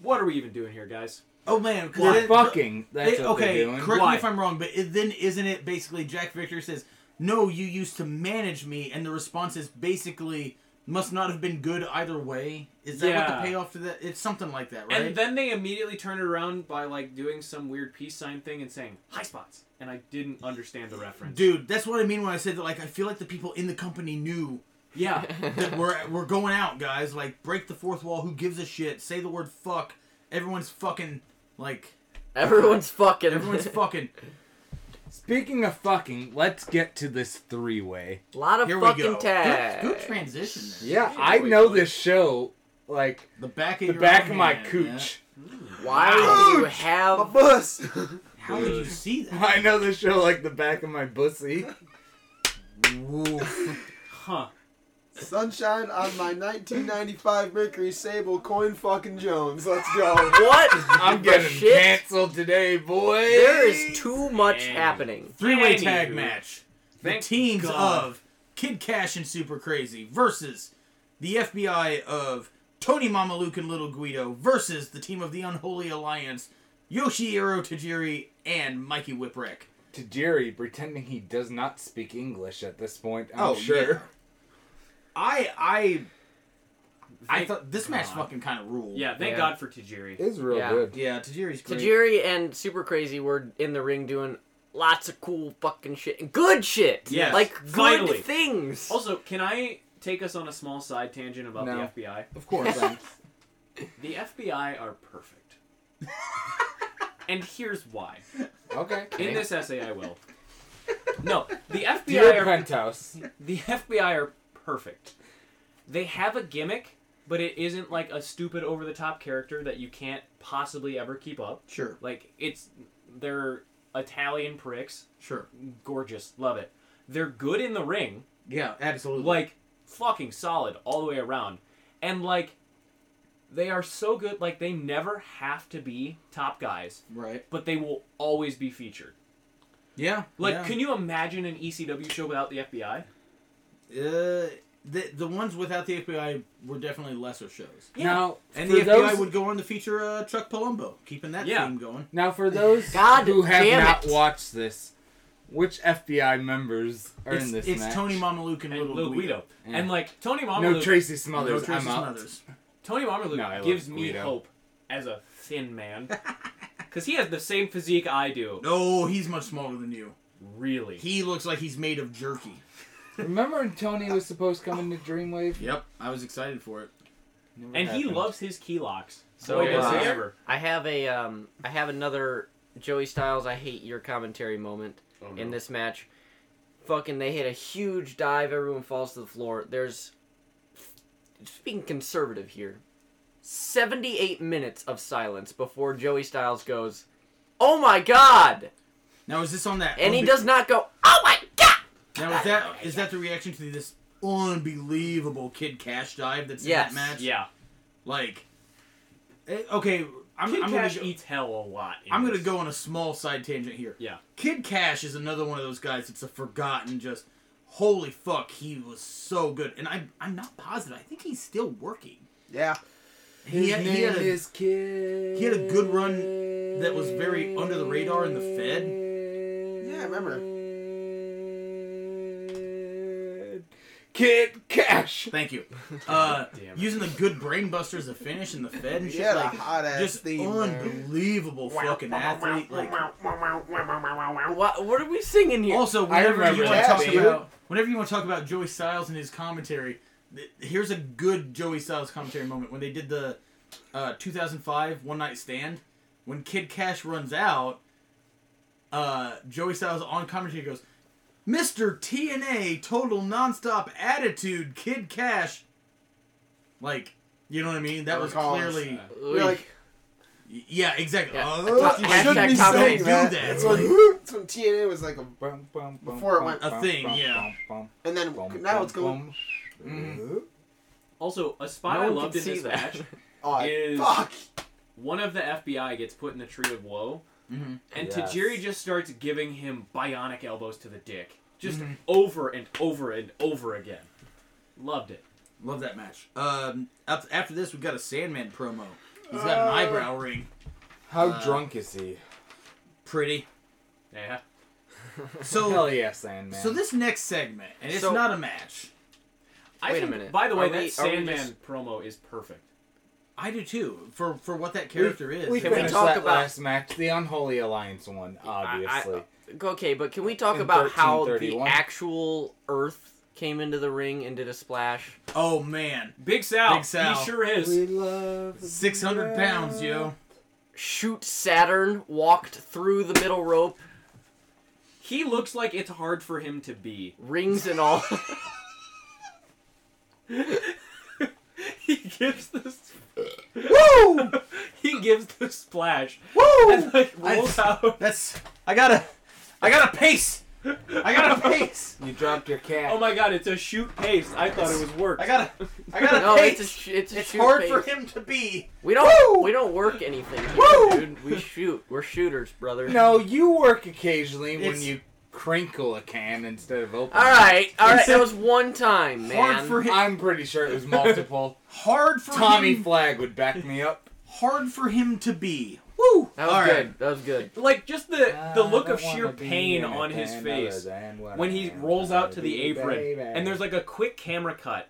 E: What are we even doing here, guys?"
C: Oh man, 'cause
A: We're
C: then-
A: fucking. That's
C: it-
A: what
C: okay,
A: they're doing.
C: correct
E: Why?
C: me if I'm wrong, but it, then isn't it basically Jack Victor says, "No, you used to manage me," and the response is basically must not have been good either way. Is that what
E: Yeah.
C: the payoff to that? It's something like that, right?
E: And then they immediately turn it around by like doing some weird peace sign thing and saying high spots. And I didn't understand the reference.
C: Dude, that's what I mean when I said that. Like, I feel like the people in the company knew
E: Yeah.
C: that we're we're going out, guys. Like, break the fourth wall. Who gives a shit? Say the word fuck. Everyone's fucking. Like,
B: Everyone's fucking.
C: everyone's fucking.
A: Speaking of fucking, let's get to this three way.
B: a lot of
C: Here we
B: fucking
C: go. Good,
B: tags.
C: good transition. There.
A: Yeah,
E: Hey,
A: I
E: boy,
A: know
E: boy.
A: this show like
C: The back of
A: the
C: your
A: back
C: own
A: of my
C: hand, yeah.
A: cooch.
B: Why do you
D: Ouch!
B: have?
D: My bus.
C: How did you see that?
A: I know this show like the back of my pussy.
E: Huh.
D: Sunshine on my 1995 Mercury Sable coin fucking Jones. Let's go.
B: What?
A: I'm
B: the
A: getting
B: shit?
A: canceled today, boy.
B: There is too much
E: Dang.
B: happening.
C: Three way
E: Anywho.
C: tag match. The
E: Thank
C: teams
E: God.
C: of Kid Cash and Super Crazy versus the FBI of Tony Mamaluke and Little Guido versus the team of the Unholy Alliance, Yoshihiro Tajiri and Mikey Whipwreck.
A: To Jerry, pretending he does not speak English at this point. I'm
C: Oh,
A: sure.
C: yeah. I I I
E: Thank
C: thought this match
E: God.
C: fucking kind of ruled.
E: Yeah, thank
A: Yeah.
E: God for Tajiri.
A: It's real
B: Yeah.
A: good.
C: yeah. Tajiri's great.
B: Tajiri and Super Crazy were in the ring doing lots of cool fucking shit. Good shit.
C: Yes.
B: Like good
E: Vitally.
B: things.
E: Also, can I take us on a small side tangent about
A: No.
E: the FBI?
C: Of course. um,
E: The FBI are perfect. and here's why.
A: Okay.
E: In this essay, I will. No, the FBI
A: Dear
E: are
A: Penthouse,
E: the FBI are perfect. They have a gimmick, but it isn't like a stupid over the top character that you can't possibly ever keep up.
C: sure.
E: Like it's they're Italian pricks,
C: Sure.
E: gorgeous, love it. They're good in the ring,
C: Yeah. Absolutely.
E: like fucking solid all the way around. And like they are so good like they never have to be top guys,
C: right.
E: but they will always be featured.
C: Yeah.
E: Like
C: yeah.
E: can you imagine an ECW show without the FBI?
C: Uh, the the ones without the FBI were definitely lesser shows.
A: now
C: And
A: for
C: the FBI
A: those
C: would go on to feature uh, Chuck Palumbo, keeping that
E: Yeah.
C: theme going.
A: now for those
B: God
A: who have
B: damn
A: not
B: it.
A: watched this, which FBI members are in this
C: it's
A: match?
C: Tony Mamaluke and,
E: And
C: Little,
E: Lil Guido.
A: Yeah.
E: And like Tony Mamaluke
A: No Tracy Smothers.
C: no
A: I'm
C: Tracy
A: out.
C: Smothers.
E: Tony Marmaduke
A: No, I love
E: gives me
A: Guido.
E: hope as a thin man. Because he has the same physique I do.
C: No, he's much smaller than you.
E: Really.
C: He looks like he's made of jerky.
A: Remember when Tony was supposed to come into Dreamwave?
C: Yep, I was excited for it.
A: Never
E: and he
A: happened.
E: loves his key locks. So
B: Oh,
E: he does
B: wow.
E: he ever.
B: I have a um I have another Joey Styles I hate your commentary moment in this match. Fucking they hit a huge dive, everyone falls to the floor. There's just being conservative here. 78 minutes of silence before Joey Styles goes, "Oh my god."
C: Now is this on that?
B: And he
C: unbe-
B: does not go, "Oh my god."
C: Now is that is that the reaction to this unbelievable Kid Cash dive that's
B: Yes.
C: in that match?
E: Yeah.
C: Like, eh, okay, I'm,
E: Kid
C: I'm
E: Cash
C: gonna go,
E: eats hell a lot. in
C: I'm gonna
E: this.
C: go on a small side tangent here.
E: Yeah.
C: Kid Cash is another one of those guys that's a forgotten. Just holy fuck, he was so good, and I'm I'm not positive. I think he's still working.
D: Yeah.
A: His
C: He had,
A: name
C: he had a,
A: is Kid.
C: he had a good run that was very under the radar in the Fed.
D: Yeah, I remember.
A: remember. Kid Cash.
C: Thank you. Uh,
E: Damn it.
C: using the good brain buster as a finish in the Fed and shit.
D: Yeah, the
C: like,
D: hot ass
C: just
D: theme, man.
C: unbelievable fucking athlete. Like,
B: What, what are we singing here?
C: also,
A: I
C: whenever
A: remember
C: you want to
D: that,
C: talk
D: dude.
C: about whenever you want to talk about Joey Styles and his commentary, th- here's a good Joey Styles commentary moment when they did the uh, 2005 One Night Stand when Kid Cash runs out. Uh, Joey Styles on commentary goes, "Mr. TNA Total Nonstop Attitude Kid Cash." Like, you know what I mean? That was
D: Collins.
C: clearly.
B: Oy.
D: You're like,
C: Yeah, exactly.
B: Yeah.
C: Oh,
B: Well,
C: you
B: hashtag
C: shouldn't be
B: comedy.
C: saying do
D: man.
C: that.
D: That's
C: It's
D: when,
C: like,
D: that's when TNA was like a,
A: Before
D: it went-
C: A thing, yeah. Mm.
D: and then now it's going.
E: Also, a spot
B: No
E: I
B: one
E: loved
B: can
E: in
B: see
E: this
B: that.
E: match.
D: Oh,
E: Is-
D: fuck.
E: One of the FBI gets put in the Tree of Woe,
C: Mhm.
E: and
A: Yes.
E: Tajiri just starts giving him bionic elbows to the dick, just
C: Mm-hmm.
E: over and over and over again. Loved it.
C: Love that match. Um, up, after this, we got a Sandman promo. He's got
B: Uh.
C: an eyebrow ring.
A: How
C: Uh,
A: drunk is he?
C: Pretty.
E: Yeah.
C: So,
A: Hell yeah, Sandman.
C: so this next segment, and it's
B: So-
C: not a match.
E: I
B: Wait a
E: think-
B: minute.
E: By the way,
B: Are
E: that
B: we- are we
E: Sandman
B: just-
E: promo is perfect.
C: I do too. For for what that character is.
A: we
B: Can we
A: finished
B: talk
A: that
B: about-
A: last match, the Unholy Alliance one, obviously.
B: Okay, but can we talk
A: In
B: about how the
A: 1331.
B: actual Earth came into the ring and did a splash?
C: oh man,
E: Big Sal.
C: Big Sal.
E: He sure is.
A: we love
C: six hundred pounds, yo.
B: Shoot Saturn walked through the middle rope,
E: He looks like it's hard for him to be.
B: rings and all.
E: he gives this
D: Woo!
E: he gives the splash
D: Woo!
E: and like rolls out.
C: That's I gotta I gotta pace. I gotta pace.
F: You dropped your cat.
E: Oh my god, it's a shoot pace. I thought it was work.
C: I gotta I gotta
B: No,
C: pace.
B: it's a sh- it's a
C: it's
B: shoot
C: hard
B: pace.
C: for him to be.
B: We don't
D: Woo!
B: we don't work anything, here,
D: Woo!
B: dude. We shoot. We're shooters, brother.
A: No, you work occasionally when
C: It's-
A: you crinkle a can instead of open.
B: All right, all right.
C: It's
B: That
C: a-
B: was one time, man.
C: Hard for him.
A: I'm pretty sure it was multiple.
C: hard for
A: Tommy
C: him.
A: Flag would back me up.
C: hard for him to be. Woo!
B: that was
C: All
B: good.
C: right.
B: That was good.
E: like just the
A: Ah,
E: the look of sheer pain on his face when he rolls out to the apron and there's like a quick camera cut.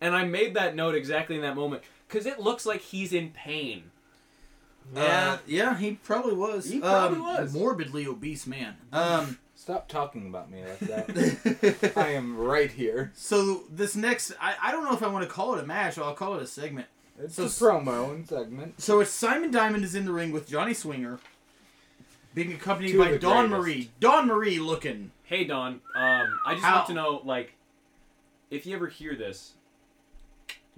E: And I made that note exactly in that moment cuz it looks like he's in pain.
C: Yeah, Uh, yeah, he probably was.
E: He probably
C: Um,
E: was.
C: morbidly obese man. Um,
A: Stop talking about me like that. I am right here.
C: so this next, I, I don't know if I want to call it a match. or I'll call it a segment.
A: It's
C: So
A: a
C: s-
A: promo and segment.
C: So it's Simon Diamond is in the ring with Johnny Swinger, being accompanied
A: Two of
C: by
A: the
C: Dawn
A: greatest.
C: Marie. Dawn Marie looking.
E: Hey Don, um I just
C: How?
E: want to know like if you ever hear this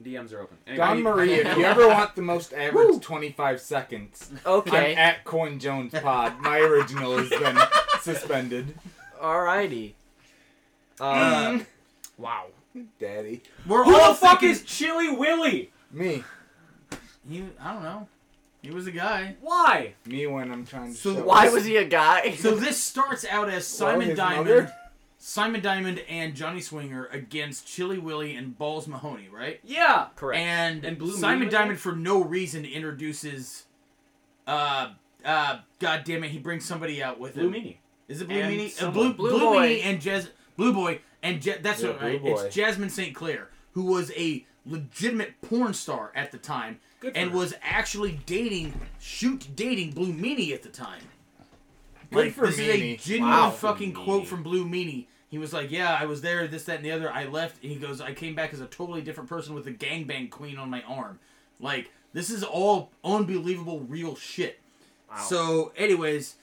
E: DMs are open. Anyway,
A: Don Marie, if you ever want the most average 25 seconds, I'm
B: Okay.
A: at Coin Jones Pod. My original has been suspended.
B: Alrighty.
C: Uh,
B: Uh,
E: Wow.
A: Daddy.
C: We're
E: Who
C: all
E: the fuck
C: thinking-
E: is Chili Willy?
A: Me.
C: He, I don't know. He was a guy.
E: Why?
A: Me when I'm trying to
C: So
A: show
B: why was he a guy?
C: So this starts out as
A: Well,
C: Simon
A: his
C: Diamond,
A: mother-
C: Simon Diamond and Johnny Swinger against Chili Willy and Balls Mahoney, right?
E: Yeah.
B: Correct.
C: And,
E: And Blue Moon
C: Simon
E: was
C: Diamond
E: there?
C: for no reason introduces, uh, uh, God damn it, he brings somebody out with
E: Blue
C: him.
E: Meanie.
C: Is it Blue
E: And
C: Meanie? Uh,
E: someone.
C: Blue,
B: Blue
C: Blue,
B: Boy.
C: Meanie and Jazz Blue Boy and Ja that's
F: Yeah,
C: what
F: Blue
C: right.
F: Boy.
C: It's Jasmine St. Clair, who was a legitimate porn star at the time
E: Good for
C: and
E: her.
C: was actually dating shoot dating Blue Meanie at the time.
A: Good for
C: this
A: Meanie.
C: is a genuine
E: Wow.
C: fucking
E: Meanie.
C: quote from Blue Meanie. He was like, "Yeah, I was there, this, that, and the other. I left." And he goes, "I came back as a totally different person with a gangbang queen on my arm." Like this is all unbelievable, real shit. So, anyways,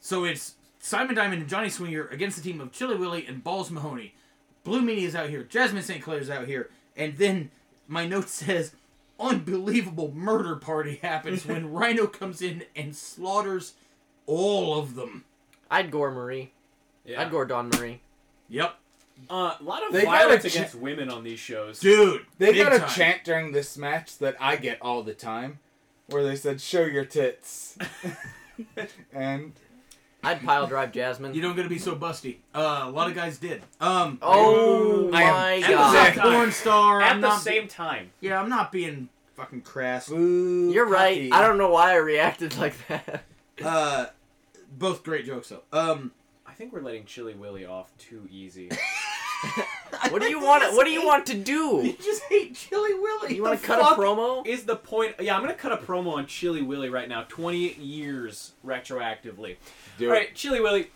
C: so it's Simon Diamond and Johnny Swinger against the team of Chili Willy and Balls Mahoney. Blue Meanie is out here. Jasmine St. Clair's out here. And then my note says, unbelievable murder party happens when Rhino comes in and slaughters all of them.
B: I'd gore Marie.
E: Yeah.
B: I'd gore Don Marie.
C: Yep.
E: Uh, a lot of
A: They got
E: violence
A: a ch-
E: against women on these shows.
C: Dude.
A: They
C: big
A: got a
C: time.
A: chant during this match that I get all the time, where they said "Show your tits," and
B: I'd pile drive Jasmine.
C: You don't gotta be so busty. Uh, a lot of guys did. Um,
B: oh
A: I am
B: my
C: I'm
B: god.
C: not a
E: God.
C: porn star.
E: At
C: I'm
E: the
C: not,
E: same time,
C: Yeah, I'm not being fucking crass.
A: boo.
B: You're right.
A: cocky.
B: I don't know why I reacted like that.
C: Uh, both great jokes though. Um,
E: I think we're letting Chili Willy off too easy.
B: What do you want? What do you want to do?
C: just hate Chili Willy.
B: You want to cut
C: fuck?
B: a promo?
E: Is the point? Yeah, I'm gonna cut a promo on Chili Willy right now. 28 years retroactively.
A: Do
E: All right, Chili Willy,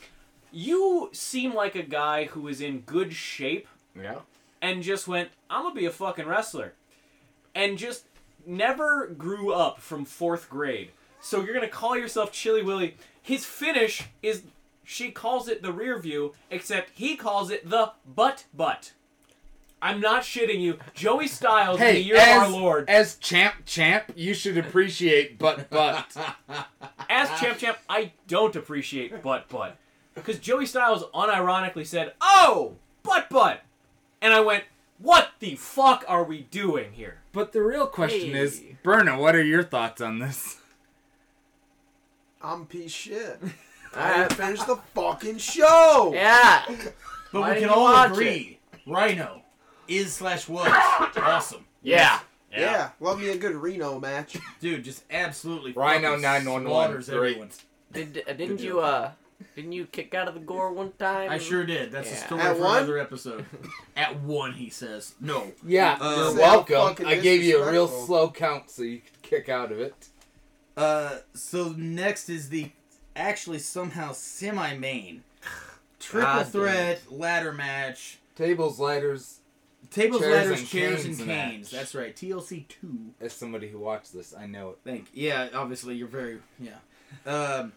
E: you seem like a guy who is in good shape
A: it. Yeah.
E: and just went, "I'm gonna be a fucking wrestler," and just never grew up from fourth grade. So you're gonna call yourself Chili Willy. His finish is. She calls it the rear view, except he calls it the butt butt. I'm not shitting you. Joey Styles in the
A: Hey,
E: year
A: as,
E: of our Lord.
A: as champ, champ, you should appreciate butt, butt.
E: As champ champ, I don't appreciate butt butt. Because Joey Styles unironically said, Oh, butt butt. And I went, What the fuck are we doing here?
A: but the real question is,
B: Hey.
A: Berna, what are your thoughts on this?
D: I'm piece shit. I
B: Alright.
D: didn't finish the fucking show.
B: Uh, Yeah. Why
C: But we
B: didn't
C: can
B: you
C: all
B: watch
C: agree, Rhino is slash was awesome,
B: Yeah.
D: Yeah. love me a good Reno match.
C: dude. Just absolutely
A: Rhino
C: fucking
A: 911,
C: slaughters
A: great.
C: everyone.
B: Did didn't you uh didn't you kick out of the gore one time?
C: I sure did. That's a
B: Yeah.
C: story
D: At
C: for
D: one?
C: another episode. At one, he says no.
A: Yeah,
C: Uh,
A: you're
C: so
A: welcome.
D: fucking
A: I gave you a real
D: disrespectful.
A: slow count so you could kick out of it.
C: Uh, so next is the actually somehow semi main triple
B: God damn
C: threat ladder match.
A: Tables, ladders.
C: Tables,
A: Chairs
C: ladders,
A: and
C: chairs,
A: canes
C: and
A: match.
C: canes. That's right. TLC two.
A: As somebody who watched this, I know it.
C: Thank yeah, obviously you're very yeah. Um,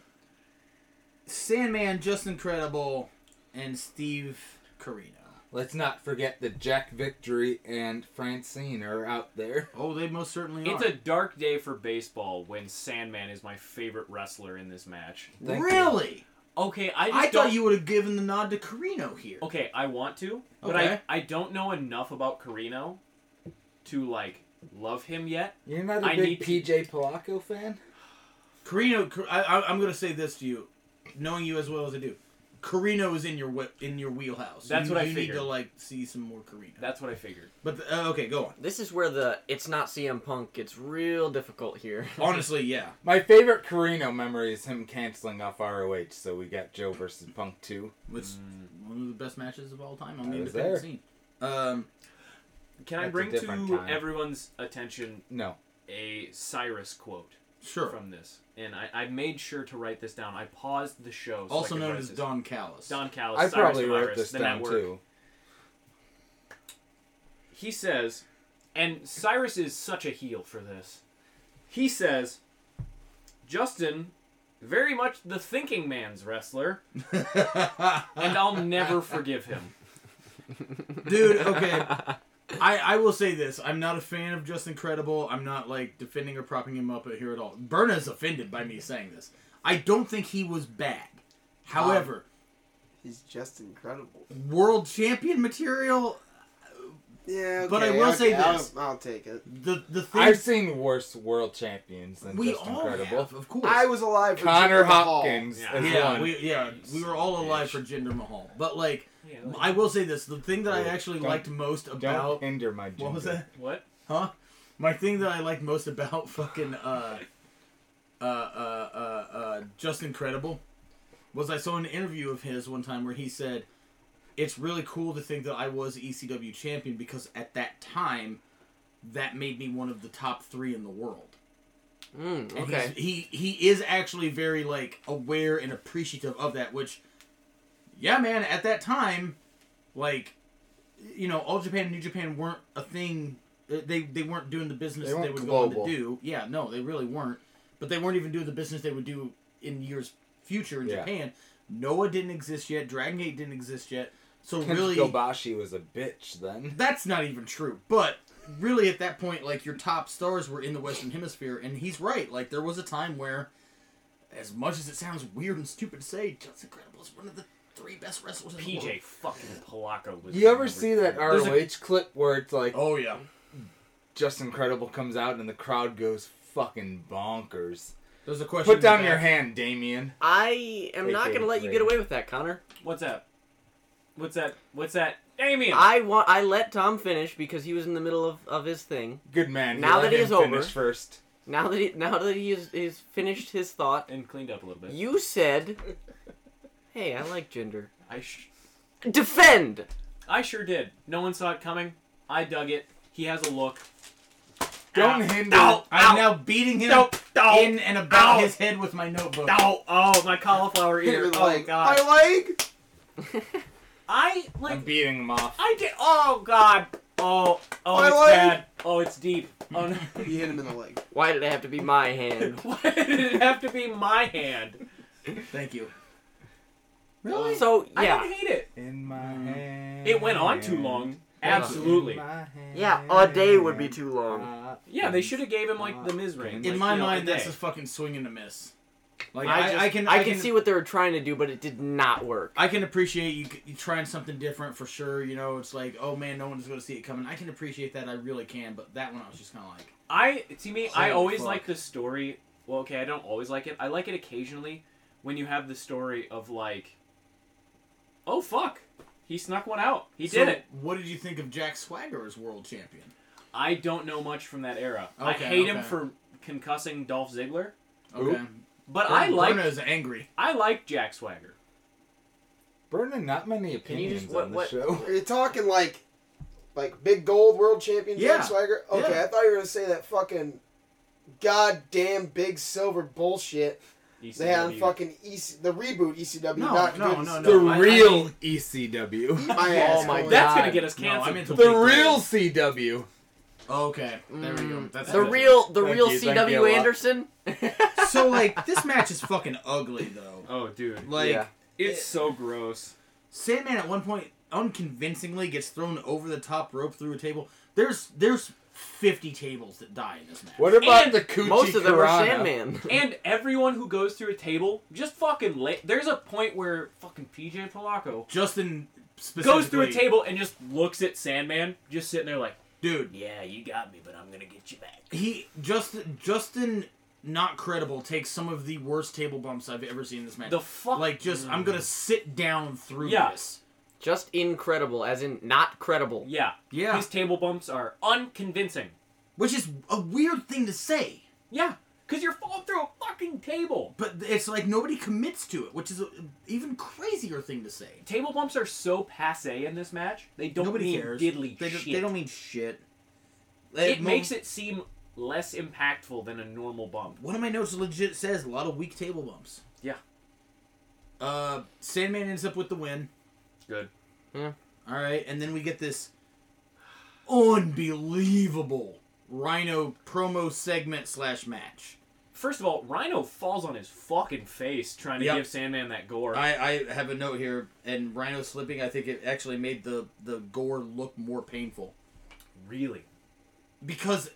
C: Sandman, just incredible, and Steve Carino.
A: Let's not forget that Jack Victory and Francine are out there.
C: Oh, they most certainly
E: It's
C: are.
E: a dark day for baseball when Sandman is my favorite wrestler in this match.
A: Thank you.
C: really?
E: Okay, I just
C: I
E: don't...
C: thought you would have given the nod to Carino here.
E: Okay, I want to, but
C: Okay.
E: I I don't know enough about Carino to like love him yet.
A: You're not a
E: I
A: big
E: need to-
A: PJ Polacco fan?
C: Carino, Car- I, I, I'm going to say this to you, knowing you as well as I do. Carino is in your whe- in your wheelhouse.
E: That's
C: you,
E: what I
C: you
E: figured.
C: need to like see some more Carino.
E: That's what I figured.
C: But the, uh, okay, go on.
B: This is where the it's not CM Punk gets real difficult here.
C: Honestly, yeah.
A: My favorite Carino memory is him canceling off ROH, so we got Joe versus Punk 2.
C: It's one of the best matches of all time on the
A: I was
C: independent
A: there.
C: scene. Um,
E: Can I
A: That's a
E: bring to
A: different time.
E: everyone's attention
A: No.
E: a Cyrus quote
C: sure.
E: from this? And I, I made sure to write this down. I paused the show. So
C: also
E: I could
C: known
E: write
C: as
E: this.
C: Don Callis.
E: Don Callis.
A: I
E: Cyrus
A: probably
E: from
A: wrote
E: Iris,
A: this
E: the
A: down
E: network.
A: too.
E: He says, and Cyrus is such a heel for this. He says, Justin, very much the thinking man's wrestler, and I'll never forgive him.
C: Dude, okay. I, I will say this. I'm not a fan of Just Incredible. I'm not like defending or propping him up here at all. Berna's offended by me saying this. I don't think he was bad. However,
D: He's just incredible.
C: world champion material,
D: Yeah,
C: But I
D: okay,
C: will say
D: okay, I'll-
C: this.
D: I'll, take it.
C: the the
A: I've
C: things
A: seen worse world champions than
C: we
A: just
C: all
A: incredible.
C: have, of course.
D: I was alive for
A: Connor
D: Jinder Mahal.
A: Hopkins
E: Yeah.
A: as
C: yeah,
A: one.
C: we, yeah, we were all alive for Jinder Mahal. But like, I will say this: the thing that I
A: Well,
C: actually
A: don't-
C: liked most
A: Don't
C: about
A: hinder my
C: what was
A: gender.
C: that?
E: What?
C: Huh? My thing that I like most about fucking uh, uh, uh, uh, uh, Just Incredible was I saw an interview of his one time where he said, "It's really cool to think that I was ECW champion because at that time, that made me one of the top three in the world."
B: Mm,
C: And
B: okay.
C: he's- he he is actually very like aware and appreciative of that. Which, yeah, man, at that time, like, you know, all Japan and New Japan weren't a thing. Uh, They they weren't doing the business
A: They
C: they,
A: weren't
C: would go
A: global.
C: on to do. Yeah, no, they really weren't. But they weren't even doing the business they would do in years future in
A: Yeah.
C: Japan. Noah didn't exist yet. Dragon Gate didn't exist yet. So really,
A: Kobashi was a bitch then.
C: that's not even true. But really, at that point, like your top stars were in the Western Hemisphere, and he's right. Like there was a time where, as much as it sounds weird and stupid to say, Just Incredible is one of the three best wrestlers. in the world.
E: PJ fucking Polacco was.
A: You ever
E: number
A: see that
E: three.
C: There's
A: ROH
C: a-
A: clip where it's like
C: Oh yeah.
A: Just Incredible comes out and the crowd goes fucking bonkers.
C: There's a question.
A: Put
C: in the
A: down
C: back.
A: your hand, Damien.
B: I am not
A: AKA
B: gonna let you
A: Greg.
B: get away with that, Connor.
E: What's that? What's that? What's that? Damien!
B: I want. I let Tom finish because he was in the middle of, of his thing.
A: Good man.
B: Now
A: Let
B: that he
A: him
B: is over.
A: finish first.
B: Now that he now that he is, is finished his thought,
E: and cleaned up a little bit.
B: you said, "Hey, I like gender."
E: I, sh-
B: Defend.
E: I sure did. No one saw it coming. I dug it. He has a look.
A: Don't
E: Ow.
A: hinder.
E: Ow.
C: I'm now beating him
E: Ow. Ow.
C: in and about
E: Ow.
C: his head with my notebook.
E: Oh, oh, my cauliflower
D: Hit it
E: ear.
D: with
E: Oh,
D: like,
E: God.
D: my leg.
E: I, like,
A: I'm beating him off.
E: I did. Oh God. Oh. Oh,
D: My
E: it's
D: leg.
E: bad. Oh, it's deep. Oh no.
D: He hit him in the leg.
B: Why did it have to be my hand?
E: Why did it have to be my hand?
C: Thank you.
A: Really?
B: So
E: I
B: yeah,
E: didn't hate it.
A: In my hand.
E: Mm. It went on too long. Absolutely.
A: In my hand.
B: yeah, a day would be too long.
A: Uh,
E: Yeah, they should have gave him like the Miz ring.
C: In
E: like,
C: my
E: you know,
C: mind,
E: a
C: that's
E: day.
C: a fucking swing and a miss. Like
E: I
C: I,
E: just-
C: I can
B: I can see what they were trying to do, but it did not work.
C: I can appreciate you, you trying something different for sure. You know, it's like, oh man, no one's going to see it coming. I can appreciate that. I really can. But that one, I was just kind of like,
E: I to me, I
C: Holy
E: always
C: fuck.
E: like the story. Well, okay, I don't always like it. I like it occasionally when you have the story of like, oh fuck, he snuck one out. He
C: So,
E: did it.
C: What did you think of Jack Swagger as world champion?
E: I don't know much from that era. I
C: Okay,
E: hate him
C: okay.
E: for concussing Dolph Ziggler,
C: Okay,
E: but I like
C: Bruno's angry.
E: I like Jack Swagger.
A: Brendan, not many
B: Can you
A: opinions
B: just- what-
A: on the
B: what-
A: show.
D: Are you talking like, like big gold world champion
C: Yeah.
D: Jack Swagger? Okay,
C: Yeah.
D: I thought you were gonna say that fucking, goddamn big silver bullshit they had on
E: ECW.
D: fucking EC, the reboot ECW.
C: No,
D: not
C: no,
D: good
C: no,
A: The
C: no. I- I
A: real
C: mean-
A: ECW.
D: Eat my ass.
B: Oh my
D: Cole.
E: That's
B: God.
E: gonna get us
C: No, I
E: canceled.
C: meant to
A: The
C: Big
A: real CW.
C: Okay, there we
A: Mm.
C: go. That's
B: The
C: it.
B: real, the
A: Thank
B: real
A: you, thank you a
B: C.W.
A: lot.
B: Anderson.
C: so like this match is fucking ugly though.
E: oh, dude,
C: Like
A: Yeah.
E: it's so gross.
C: Sandman at one point unconvincingly gets thrown over the top rope through a table. There's there's fifty tables that die in this match.
A: What about
E: And
A: the Coochie
B: Most of them are
A: Piranha?
B: Sandman.
E: And everyone who goes through a table just fucking lay. There's a point where fucking PJ Polacco
C: Justin specifically
E: goes through a table and just looks at Sandman, just sitting there like,
C: dude.
E: "Yeah, you got me, but I'm gonna get you back."
C: He just Justin not credible takes some of the worst table bumps I've ever seen in this match.
E: The fuck-
C: like just I'm gonna sit down through
E: Yeah.
C: this.
B: Just incredible, as in not credible.
E: Yeah,
C: Yeah.
E: His table bumps are unconvincing.
C: Which is a weird thing to say.
E: Yeah, cause you're falling through a fucking table.
C: But it's like nobody commits to it, which is an even crazier thing to say.
E: Table bumps are so passe in this match; they don't
C: Nobody
E: mean
C: cares.
E: diddly
C: they,
E: shit.
C: don't- they don't mean shit.
E: it makes it seem less impactful than a normal bump.
C: One of my notes legit says a lot of weak table bumps.
E: Yeah,
C: Uh, Sandman ends up with the win.
E: good.
C: All right, and then we get this unbelievable Rhino promo segment slash match.
E: First of all, Rhino falls on his fucking face trying to
C: Yep.
E: give Sandman that gore.
C: I, I have a note here, and Rhino slipping. I think it actually made the the gore look more painful
E: really?
C: because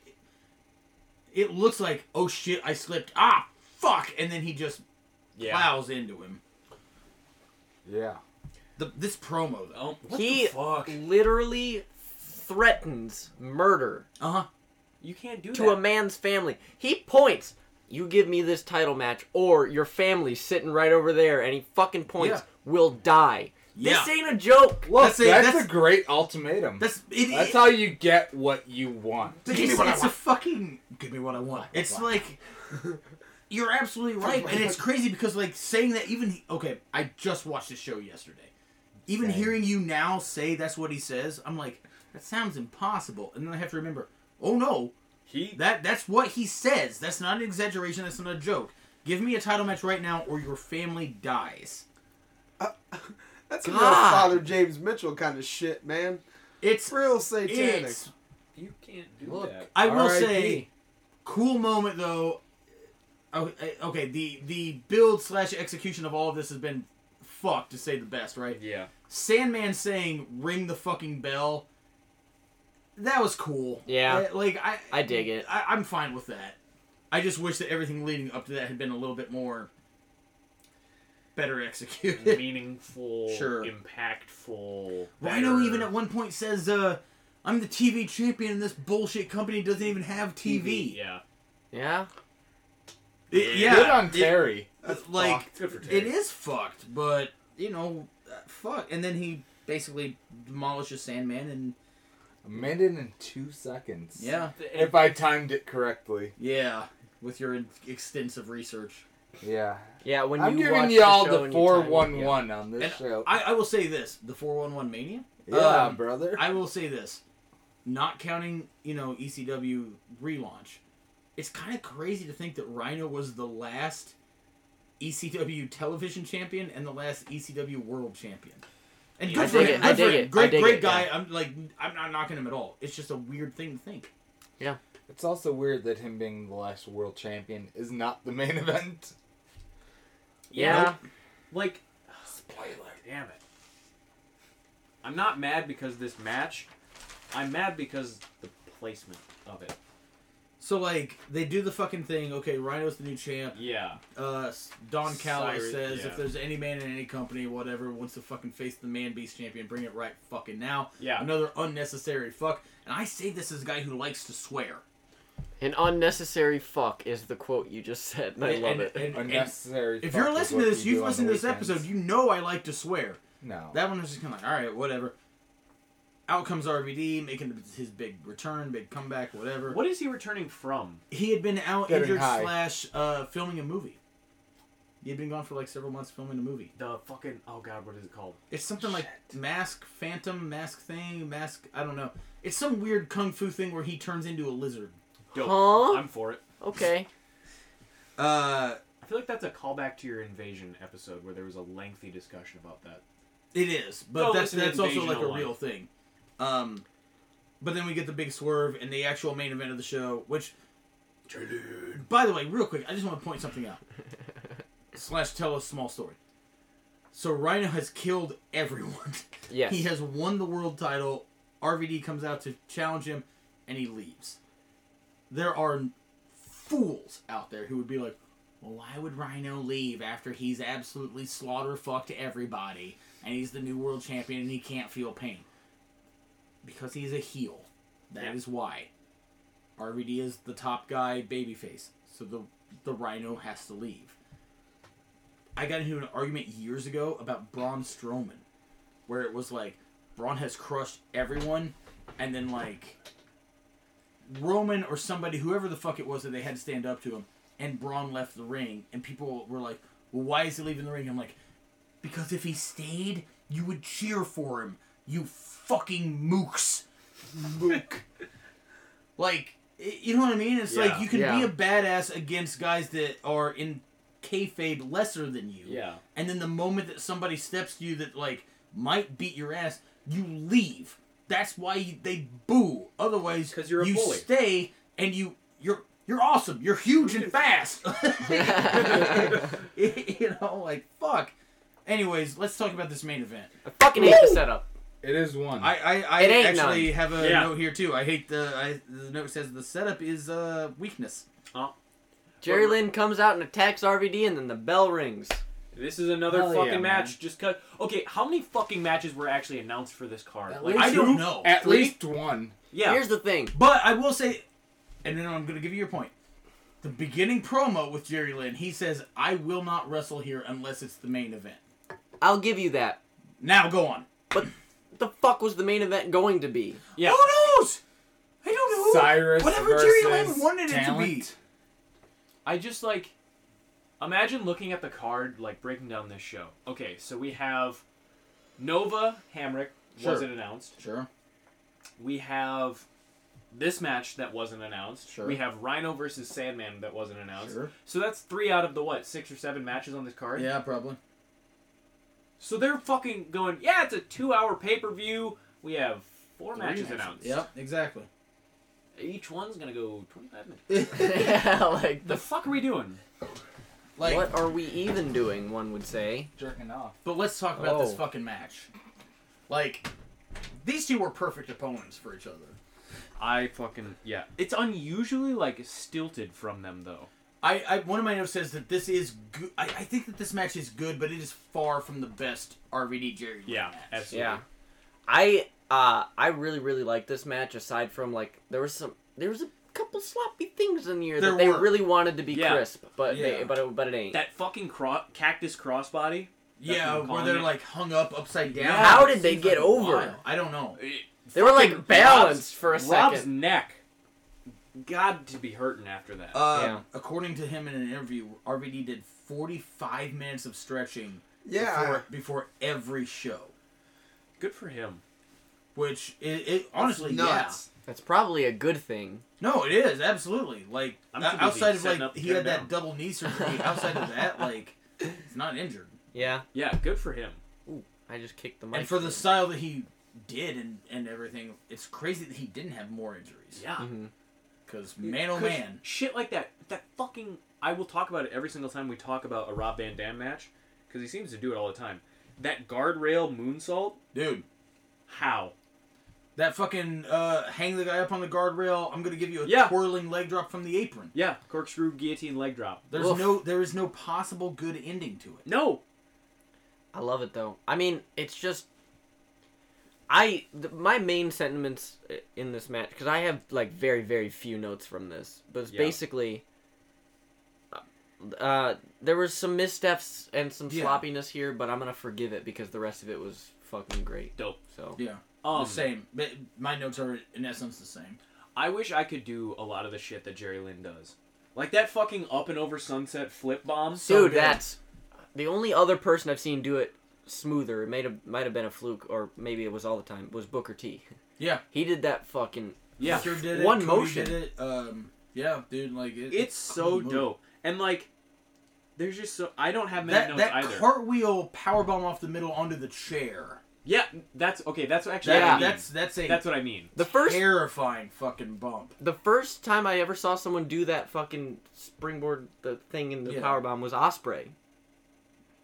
C: it looks like oh shit, I slipped. Ah, fuck! And then he just
E: Yeah.
C: plows into him.
A: Yeah.
C: The, this promo though.
E: Oh, what
B: he
E: the fuck?
B: literally threatens murder
E: Oh.
C: Uh huh.
E: You can't do
B: to
E: that.
B: a man's family. He points, "You give me this title match, or your family's sitting right over there," and he fucking points,
C: Yeah.
B: "Will die." This
C: Yeah.
B: ain't a joke.
A: Look,
C: That's
A: that's
C: a-
A: a,
C: Oh, that's-
A: great ultimatum. That's,
C: That's it. it-
A: how you get what you want.
C: Give me what I want. a fucking. Give me what I want. It's like. You're absolutely right, and it's crazy because like saying that even okay, I just watched the show yesterday. Even hearing you now say that's what he says, I'm like, that sounds impossible. And then I have to remember, oh no,
E: he
C: that that's what he says. That's not an exaggeration. That's not a joke. Give me a title match right now, or your family dies.
D: That's a real
B: God.
D: Father James Mitchell kind of shit, man.
C: It's
D: Real satanic.
C: it's
E: you can't do
B: Look.
E: that.
C: I will
A: R.I.P..
C: say, cool moment though. Oh, uh, Okay, the the build slash execution of all of this has been fucked to say the best, right?
E: Yeah.
C: Sandman saying "ring the fucking bell." That was cool.
B: Yeah.
C: Uh, like I,
B: I dig it.
C: I, I'm fine with that. I just wish that everything leading up to that had been a little bit more better executed.
E: Mm-hmm. Meaningful,
C: Sure.
E: impactful.
C: Rhino
E: better.
C: even at one point says, uh, "I'm the TV champion, and this bullshit company doesn't even have TV."
E: Yeah.
B: Yeah,
C: It- yeah,
A: Good on
C: it-
A: Terry.
C: It's like
E: It's good for Terry.
C: it is fucked, but you know, uh, fuck. And then he basically demolishes Sandman, and
A: A minute and two seconds.
C: yeah,
A: If I timed it correctly.
C: yeah, with your in- extensive research.
A: Yeah.
B: yeah. When
A: I'm
B: you
A: giving
B: watch
A: y'all
B: the,
A: the,
B: show and you time it,
A: 411 on this
C: And
A: show.
C: I, I will say this: the four one one Mania.
A: yeah,
C: um,
A: brother.
C: I will say this, not counting you know ECW relaunch, it's kind of crazy to think that Rhino was the last ECW television champion and the last ECW world champion. And
E: Yeah,
C: good
E: I
C: for
E: dig
C: him.
E: it,
C: good
B: I
C: for
B: dig
C: him.
B: it, I
C: Great,
B: dig
C: great
B: it,
C: guy.
B: yeah.
C: I'm like, I'm not knocking him at all. It's just a weird thing to think.
A: it's also weird that him being the last world champion is not the main event.
B: Yeah,
E: Like,
A: Spoiler.
E: damn it. I'm not mad because this match. I'm mad because the placement of it.
C: So like, they do the fucking thing. Okay, Rhino's the new champ.
E: Yeah.
C: Uh, s- Don Callis
E: Cyrus,
C: says
E: yeah.
C: if there's any man in any company, whatever, wants to fucking face the man beast champion, bring it right fucking now.
E: Yeah.
C: Another unnecessary fuck. And I say this as a guy who likes to swear.
B: an unnecessary fuck is the quote you just said, and I
C: And-
B: love
C: and-
B: it.
C: and- and
A: Unnecessary.
C: if
A: fuck
C: you're
A: is
C: listening
A: what
C: to this,
A: you do
C: you've
A: on
C: listened to
A: the
C: this
A: weekends.
C: episode, you know I like to swear.
A: No.
C: That one was just kind of like, all right, whatever. Out comes RVD, making his big return, big comeback, whatever.
E: What is he returning from?
C: He had been out
A: Getting
C: injured
A: high.
C: slash uh, filming a movie. He had been gone for like several months filming a movie.
E: The fucking oh god, what is it called?
C: It's something like mask, phantom, mask thing, mask. I don't know. It's some weird kung fu thing where he turns into a lizard.
E: Dope.
B: Huh?
E: I'm for it.
B: okay.
C: Uh,
E: I feel like that's a callback to your invasion episode where there was a lengthy discussion about that.
C: it is, but
E: Go
C: that's
E: listen to
C: that's also
E: Invasion
C: like a
E: Online.
C: real thing. Um, but then we get the big swerve and the actual main event of the show, which. By the way, real quick, I just want to point something out. slash, tell a small story. So Rhino has killed everyone.
B: Yes.
C: He has won the world title. RVD comes out to challenge him, and he leaves. There are fools out there who would be like, well, why would Rhino leave after he's absolutely slaughter fucked everybody and he's the new world champion and he can't feel pain? Because he's a heel. That is
E: Yeah.
C: why. RVD is the top guy babyface, so the the Rhino has to leave. I got into an argument years ago about Braun Strowman, where it was like Braun has crushed everyone, and then like Roman or somebody, whoever the fuck it was that they had to stand up to him, and Braun left the ring, and people were like, "Well, why is he leaving the ring?" I'm like, "Because if he stayed, you would cheer for him, you fucking mooks, mook." like, i- you know what I mean? It's like
E: Yeah.
C: you can be
B: Yeah.
C: a badass against guys that are in kayfabe lesser than you.
E: Yeah.
C: And then the moment that somebody steps to you that like might beat your ass, you leave. That's why you, they boo. Otherwise,
E: 'Cause you're a
C: you
E: bully.
C: stay and you you're you're awesome. You're huge and fast. you know, like fuck. Anyways, let's talk about this main event.
B: I fucking hate the setup.
A: It is one.
C: I I, I
B: It ain't
C: actually
B: none.
C: have a
E: Yeah.
C: note here too. I hate the I, the note says the setup is uh weakness.
B: Jerry Lynn comes out and attacks RVD, and then the bell rings.
E: This is another
A: Hell yeah, man.
E: fucking match. Just cut. Okay, how many fucking matches were actually announced for this card?
B: At
E: Like,
B: least
E: I
C: I
E: don't.
C: don't know.
A: At
E: Three?
A: least one.
E: Yeah.
B: Here's the thing.
C: But I will say, and then I'm going to give you your point. The beginning promo with Jerry Lynn, he says, I will not wrestle here unless it's the main event.
B: I'll give you that.
C: Now go on.
B: But the fuck was the main event going to be?
E: yeah.
C: Who knows? I don't know.
A: Cyrus
C: Whatever Jerry
A: versus
C: Lynn wanted it to be.
A: talent.
E: I just like imagine looking at the card, like breaking down this show. Okay, so we have Nova Hamrick
C: Sure.
E: wasn't announced.
C: Sure.
E: We have this match that wasn't announced.
C: Sure.
E: We have Rhino versus Sandman that wasn't announced.
C: Sure.
E: So that's three out of the what six or seven matches on this card.
C: Yeah, probably.
E: So they're fucking going. Yeah, it's a two-hour pay-per-view. We have four matches announced.
C: Yep, exactly.
E: Each one's gonna go twenty-five minutes.
B: like
E: The fuck are we doing?
C: Like,
B: what are we even doing? One would say.
A: Jerking off.
C: but let's talk about this
B: Oh.
C: fucking match. Like, these two were perfect opponents for each other.
E: I fucking yeah. It's unusually like stilted from them though.
C: I, I one of my notes says that this is good. I, I think that this match is good, but it is far from the best RVD Jerry Lynn
E: Yeah,
C: match.
E: absolutely.
B: Yeah. I uh I really really liked this match. Aside from like there was some there was a couple sloppy things in here
C: There
B: that they
C: were.
B: really wanted to be
E: Yeah.
B: crisp, but they,
C: Yeah.
B: but it, but it ain't.
E: That fucking cro- cactus crossbody. That's what
C: Yeah,
E: I'm
C: where
E: calling
C: they're
E: it.
C: like hung up upside down.
E: Yeah. How
C: It
B: did they
C: seems
B: get
C: like a
B: over?
C: while. I don't know.
B: they were
E: Fucking
B: like balanced
E: Rob's-
B: for a
E: Rob's
B: second.
E: neck. God to be hurting after that.
C: Uh,
B: Yeah.
C: According to him in an interview, RVD did 45 minutes of stretching
D: Yeah.
C: before, before every show,
E: Good for him.
C: which it, it honestly, yeah.
D: nuts.
B: That's probably a good thing.
C: No, it is absolutely like
E: I'm
C: o-
E: too busy
C: outside of
E: setting
C: like
E: up and
C: he had
E: tearing
C: that double knee surgery. outside of that, like he's not injured.
B: Yeah.
E: Yeah, good for him.
B: I just kicked the mic.
C: And for the style that he did and and everything, it's crazy that he didn't have more injuries.
E: Yeah.
B: Mhm.
C: Because man, oh
E: 'Cause
C: man,
E: Shit like that. That fucking. I will talk about it every single time we talk about a Rob Van Dam match because he seems to do it all the time. That guardrail moonsault.
C: dude.
E: How?
C: That fucking uh, hang the guy up on the guardrail. I'm gonna give you a
E: Yeah.
C: twirling leg drop from the apron.
E: Yeah, corkscrew guillotine leg drop.
C: There's
B: Oof.
C: no there is no possible good ending to it.
E: No.
B: I love it though. I mean, it's just I th- my main sentiments i- in this match because I have like very very few notes from this, but it's
E: Yeah.
B: basically uh, uh, there was some missteps and some
C: Yeah.
B: sloppiness here, but I'm gonna forgive it because the rest of it was fucking great.
E: Dope.
B: So
C: Yeah.
E: Um,
C: the same. But my notes are in essence the same.
E: I wish I could do a lot of the shit that Jerry Lynn does. Like that fucking up and over sunset flip bomb.
C: So
B: dude,
C: good.
B: that's the only other person I've seen do it smoother. It may have might have been a fluke or maybe it was all the time. Was Booker T.
C: Yeah.
B: he did that fucking
E: Yeah.
C: Sure did it,
B: One
C: Cody
B: motion.
C: Did it. Um yeah, dude, like it,
E: It's so
C: cool.
E: dope. And like there's just so I don't have many
C: That
E: notes
C: that
E: either.
C: cartwheel powerbomb off the middle onto the chair.
E: yeah, that's okay, that's actually
C: That,
B: Yeah.
E: what I mean.
C: that's that's a
E: that's what I mean.
B: the first
C: terrifying fucking bump.
B: the first time I ever saw someone do that fucking springboard the thing in the
C: Yeah.
B: power bomb was Osprey.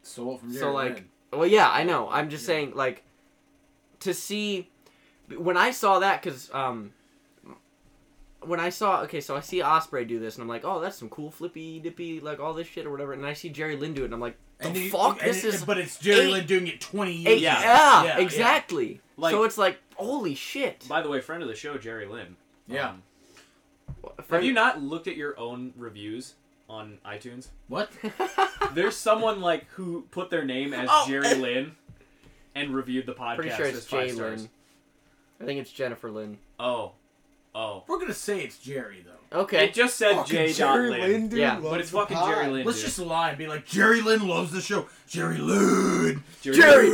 C: So what from
B: So,
C: Jerry
B: like,
C: Lynn.
B: Well, yeah, I know. I'm just saying, like, to see when I saw that because um, when I saw okay, so I see Osprey do this, and I'm like, oh, that's some cool flippy dippy, like all this shit or whatever. And I see Jerry Lynn do it, and I'm like, the
C: And you-
B: fuck,
C: and
B: this
C: it-
B: is
C: But it's Jerry
B: eight-
C: Lynn doing it twenty years.
B: eight-
E: yeah,
B: yeah,
C: yeah.
B: exactly.
E: Like-
B: so it's like, holy shit.
E: By the way, friend of the show, Jerry Lynn.
C: Yeah.
E: Um,
B: Fred-
E: have you not looked at your own reviews on iTunes?
C: What?
E: There's someone like who put their name as
B: Oh.
E: Jerry Lynn and reviewed the podcast
B: Pretty sure
E: as
B: it's
E: five
B: Jay
E: stars.
B: Lynn. I think it's Jennifer Lynn.
E: Oh, oh.
C: We're gonna say it's Jerry though.
B: Okay.
E: It just said
D: Fucking
E: J. Dot
D: Jerry
E: Lynn.
D: Lynn, dude,
B: Yeah,
D: loves
E: but it's
D: the
E: fucking
D: pod.
E: Jerry Lynn.
C: Let's
E: dude.
C: just lie and be like Jerry Lynn loves the show. Jerry Lynn.
E: Jerry,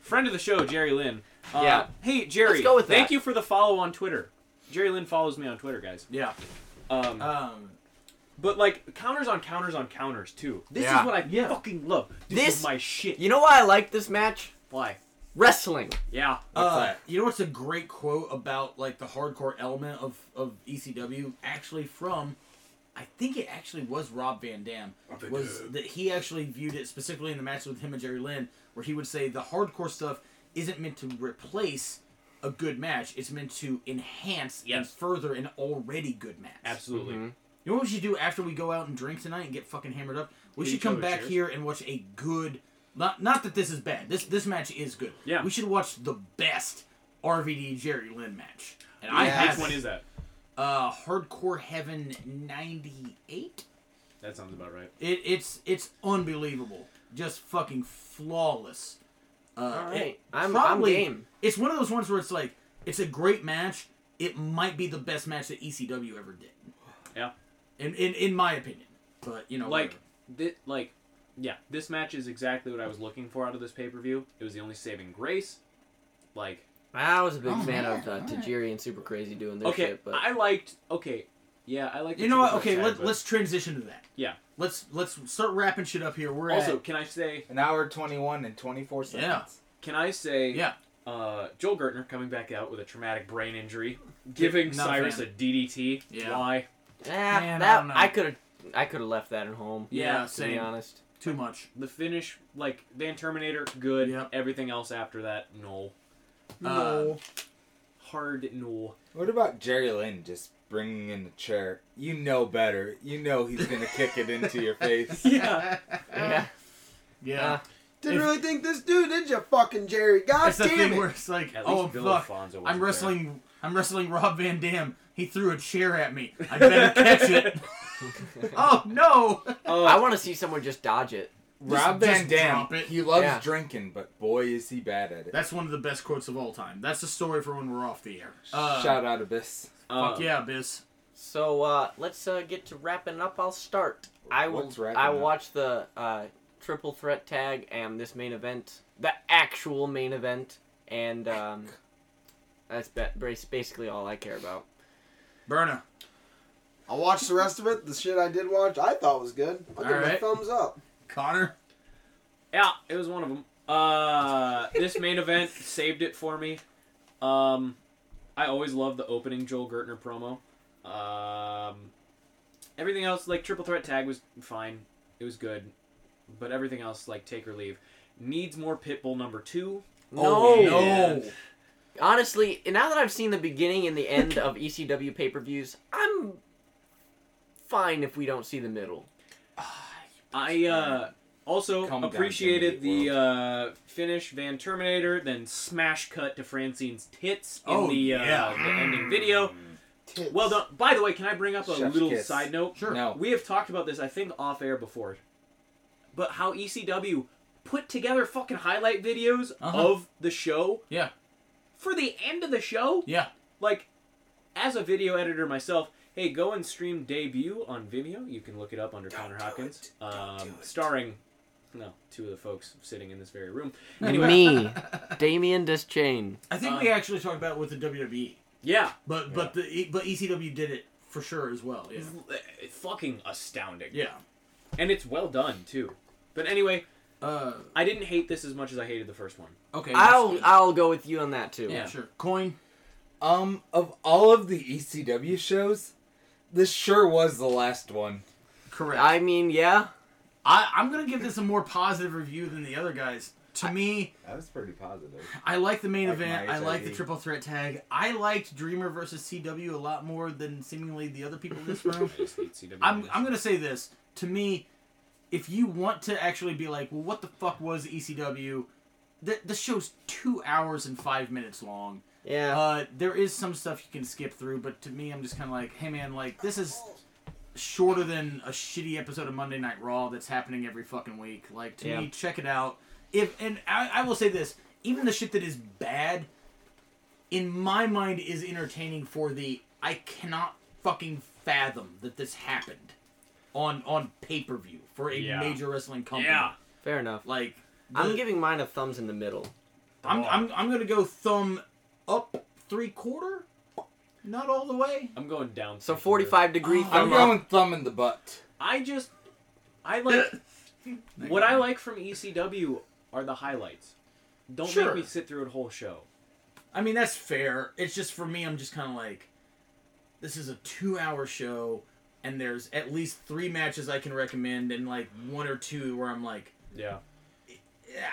E: friend of the show, Jerry Lynn. Uh,
B: Yeah.
E: Hey Jerry.
B: Let's go with
E: Thank
B: that.
E: you for the follow on Twitter. Jerry Lynn follows me on Twitter, guys.
C: Yeah.
E: Um,
C: Um.
E: but like counters on counters on counters too. This
A: Yeah.
E: is what I fucking love. This,
B: This-
E: is my shit.
B: you know why I like this match?
E: Why?
B: Wrestling.
E: Yeah.
C: Uh, you know what's a great quote about like the hardcore element of of ECW? Actually, from I think it actually was Rob Van Dam was that he actually viewed it specifically in the match with him and Jerry Lynn, where he would say the hardcore stuff isn't meant to replace a good match; it's meant to enhance and
E: Yes.
C: further an already good match.
E: Absolutely.
C: You know what we should do after we go out and drink tonight and get fucking hammered up? We
E: Hit
C: should
E: each
C: come
E: other,
C: back
E: cheers.
C: here and watch a good. Not not that this is bad. This this match is good.
E: Yeah.
C: We should watch the best RVD Jerry Lynn match. And I
E: Which
C: have
E: one is that?
C: uh Hardcore Heaven '98.
E: That sounds about right.
C: It, it's it's unbelievable. Just fucking flawless. Uh,
B: All
C: it
B: right. I'm,
C: probably-
B: I'm game.
C: It's one of those ones where it's like it's a great match. It might be the best match that ECW ever did.
E: Yeah.
C: In in, in my opinion. But you know
E: Like
C: whatever.
E: thi- like yeah, this match is exactly what I was looking for out of this pay-per-view. It was the only saving grace. Like
B: I was a big
C: Oh,
B: fan
C: man.
B: of uh,
C: All right.
B: Tajiri and Super Crazy doing their
E: okay,
B: shit, but
E: I liked okay. Yeah, I like
C: You know what? Okay, let, let's transition to that.
E: Yeah.
C: Let's let's start wrapping shit up here. We're
E: Also,
C: at,
E: can I say
A: An hour 21 and 24 seconds.
C: Yeah.
E: can I say
C: yeah.
E: uh, Joel Gertner coming back out with a traumatic brain injury, giving
C: Not a
E: Cyrus
C: fan.
E: a DDT.
C: Yeah.
E: Why?
B: Ah,
C: Man, I
B: that
C: don't know.
B: I could have I could have left that at home.
C: Yeah,
B: to
C: same.
B: be honest.
C: Too much.
E: The finish, like Van Terminator, good.
C: Yep.
E: Everything else after that, no.
C: Uh, Um,
A: No.
E: Hard no.
A: what about Jerry Lynn just bringing in the chair? You know better. You know he's going to kick it into your face.
E: Yeah.
B: Yeah.
C: Yeah.
D: Didn't
C: If-
D: really think this dude, did you, fucking Jerry?
A: Ah.
D: God
C: That's the
D: damn
C: thing
D: it!
C: where it's like,
E: At least
C: oh
E: Bill
C: fuck,
E: Alfonso wasn't
C: I'm wrestling. I'm wrestling Rob Van Dam. He threw a chair at me. I better catch it. oh no!
E: Uh,
B: I want to see someone just dodge it.
A: Rob
C: just
A: Van Dam,
C: drop it.
A: he loves
B: Yeah.
A: drinking, but boy, is he bad at it.
C: That's one of the best quotes of all time. That's the story for when we're off the air. Uh,
A: Shout out Abyss.
E: uh,
C: fuck yeah, Biz.
B: So uh, let's uh, get to wrapping up. I'll start. I will.
A: What's wrapping
B: I
A: up?
B: will watch the uh, triple threat tag and this main event, the actual main event, and um, that's ba- bas- basically all I care about.
C: Berna.
D: I watched the rest of it. The shit I did watch, I thought was good. I give
C: Alright.
D: it a thumbs up.
C: Connor.
E: Yeah, it was one of them. Uh, this main event saved it for me. Um, I always love the opening Joel Gertner promo. Um, everything else, like Triple Threat Tag, was fine. It was good, but everything else, like take or leave, needs more Pitbull number two.
B: No.
C: no.
B: Honestly, now that I've seen the beginning and the end of E ECW pay per views, I'm fine if we don't see the middle.
E: I uh, also
A: Calm down,
E: appreciated
A: Jimmy Eat
E: the uh, finish Van Terminator, then smash cut to Francine's tits in
C: Oh,
E: the, uh,
C: yeah.
E: the ending video. Well done. By the way, can I bring up a
A: Chef's
E: little
A: kiss.
E: side note?
C: Sure.
A: No.
E: We have talked about this, I think, off air before, but how ECW put together fucking highlight videos
C: Uh-huh.
E: of the show
C: Yeah.
E: for the end of the show.
C: Yeah.
E: Like, as a video editor myself, hey, go and stream debut on Vimeo. You can look it up under Connor Hopkins, um, starring. No, two of the folks sitting in this very room. Anyway,
B: Me, Damien Deschain.
C: I think we actually talked about it with the WWE,
E: yeah,
C: but but the E, but ECW did it for sure as well. Yeah.
E: fucking astounding.
C: Yeah.
E: and it's well done too. But anyway,
C: Uh,
E: I didn't hate this as much as I hated the first one.
C: okay.
B: I'll I'll go with you on that too.
C: yeah, sure. Coin.
A: Um, of all of the E ECW shows, this sure was the last one.
C: Correct.
B: I mean, yeah.
C: I, I'm gonna give this a more positive review than the other guys. To me,
F: That was pretty positive.
C: I like the main
F: Like
C: event.
F: my
C: I like the
F: HIV.
C: triple threat tag. I liked Dreamer versus CW a lot more than seemingly the other people in this room.
G: I just hate CW.
C: I'm, I'm gonna say this to me if you want to actually be like well what the fuck was ecw the, the show's two hours and five minutes long
B: Yeah.
C: uh, there is some stuff you can skip through but to me i'm just kind of like hey man like this is shorter than a shitty episode of monday night raw that's happening every fucking week like to me
B: Yeah.
C: check it out if and I, I will say this even the shit that is bad in my mind is entertaining for the I cannot fucking fathom that this happened on on pay per view for a
E: Yeah.
C: major wrestling company.
E: Yeah.
B: Fair enough.
C: Like
B: I'm
C: the-
B: giving mine a thumbs in the middle.
C: I'm,
A: Oh.
C: I'm I'm gonna go thumb up three quarter, not all the way.
G: I'm going down.
B: So
G: three
B: 45 degree
A: I'm
B: thumb up.
A: going thumb in the butt.
E: I just, I like what I like from ECW are the highlights. Don't
C: Sure.
E: make me sit through a whole show.
C: I mean that's fair. It's just for me. I'm just kind of like, this is a two hour show, and there's at least three matches I can recommend, and like one or two where I'm like,
G: Yeah.
A: You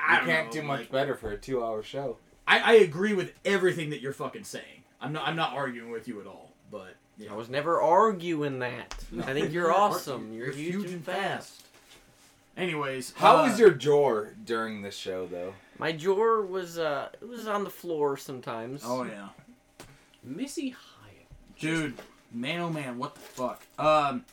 C: I don't
A: can't
C: know,
A: do much
C: like-
A: better for a two-hour show.
C: I, I agree with everything that you're fucking saying. I'm not I'm not arguing with you at all. But you
B: I
C: know,
B: was never arguing that. I think you're awesome. You're,
C: You're
B: huge and fast.
C: anyways,
A: How
C: uh,
A: was your jaw during this show, though?
B: My jaw was uh, it was on the floor sometimes.
C: Oh yeah,
E: Missy Hyatt.
C: dude, man, oh man, what the fuck? Um,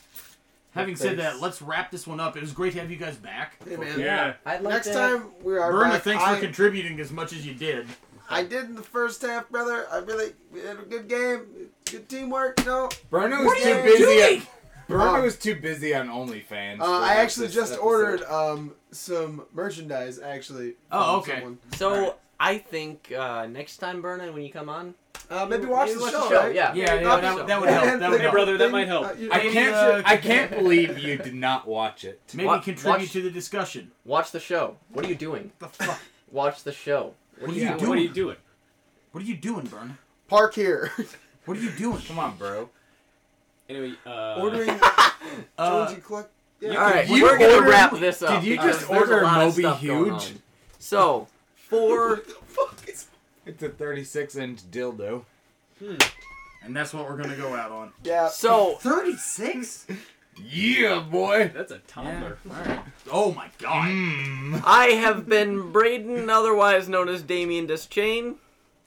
C: having said
A: Thanks.
C: that, let's wrap this one up. It was great to have you guys back.
D: Hey man.
G: Yeah.
B: I'd like
D: Next
B: to have-
D: time we are
C: Berna,
D: back.
C: thanks
D: I,
C: for contributing as much as you did.
D: I did in the first half, brother. I really we had a good game, good teamwork. You know,
A: Bruno
D: What
A: was
D: are
A: too
D: you
A: busy. at- Bruno
D: Um,
A: was too busy on OnlyFans.
D: uh,
A: for
D: I actually
A: this
D: just
A: episode.
D: ordered um some merchandise. Actually.
C: Oh,
D: from
C: okay.
D: someone.
B: So I think uh, next time, Berna, when you come on,
D: Uh, maybe watch
B: maybe
D: the show. Right?
B: Yeah.
C: Yeah, yeah,
B: watch
C: that-
B: the show.
C: that would help.
D: And
C: That would
D: the-
C: help.
G: brother, that
D: thing-
G: might help.
D: uh, you-
A: I
C: Maybe,
A: can't.
C: uh,
A: I can't believe you did not watch it.
C: Maybe
B: Wa-
C: contribute
B: watch-
C: to the discussion.
B: watch the show. What are you doing?
C: The fuck?
B: Watch the show.
C: What are
A: Yeah.
C: you
G: What are you
C: doing?
G: doing?
C: What are you doing, Berna?
D: Park here.
C: What are you doing?
A: Come on, bro.
G: Anyway, uh,
D: Ordering
C: Uh,
D: Jones and Cluck.
B: All right,
A: you
B: we're gonna
A: ordered-
B: wrap this up.
A: did you
B: because
A: just
B: there's
A: order
B: a lot of
A: Moby
B: stuff going
A: Huge?
B: on. So for
A: It's a 36 inch dildo.
C: and that's what we're gonna go out on.
D: Yeah.
B: so
C: Thirty six.
A: Yeah, boy.
G: That's a toddler.
C: Oh my god.
A: Mm. Hmm.
B: I have been Braden, otherwise known as Damien Deschain.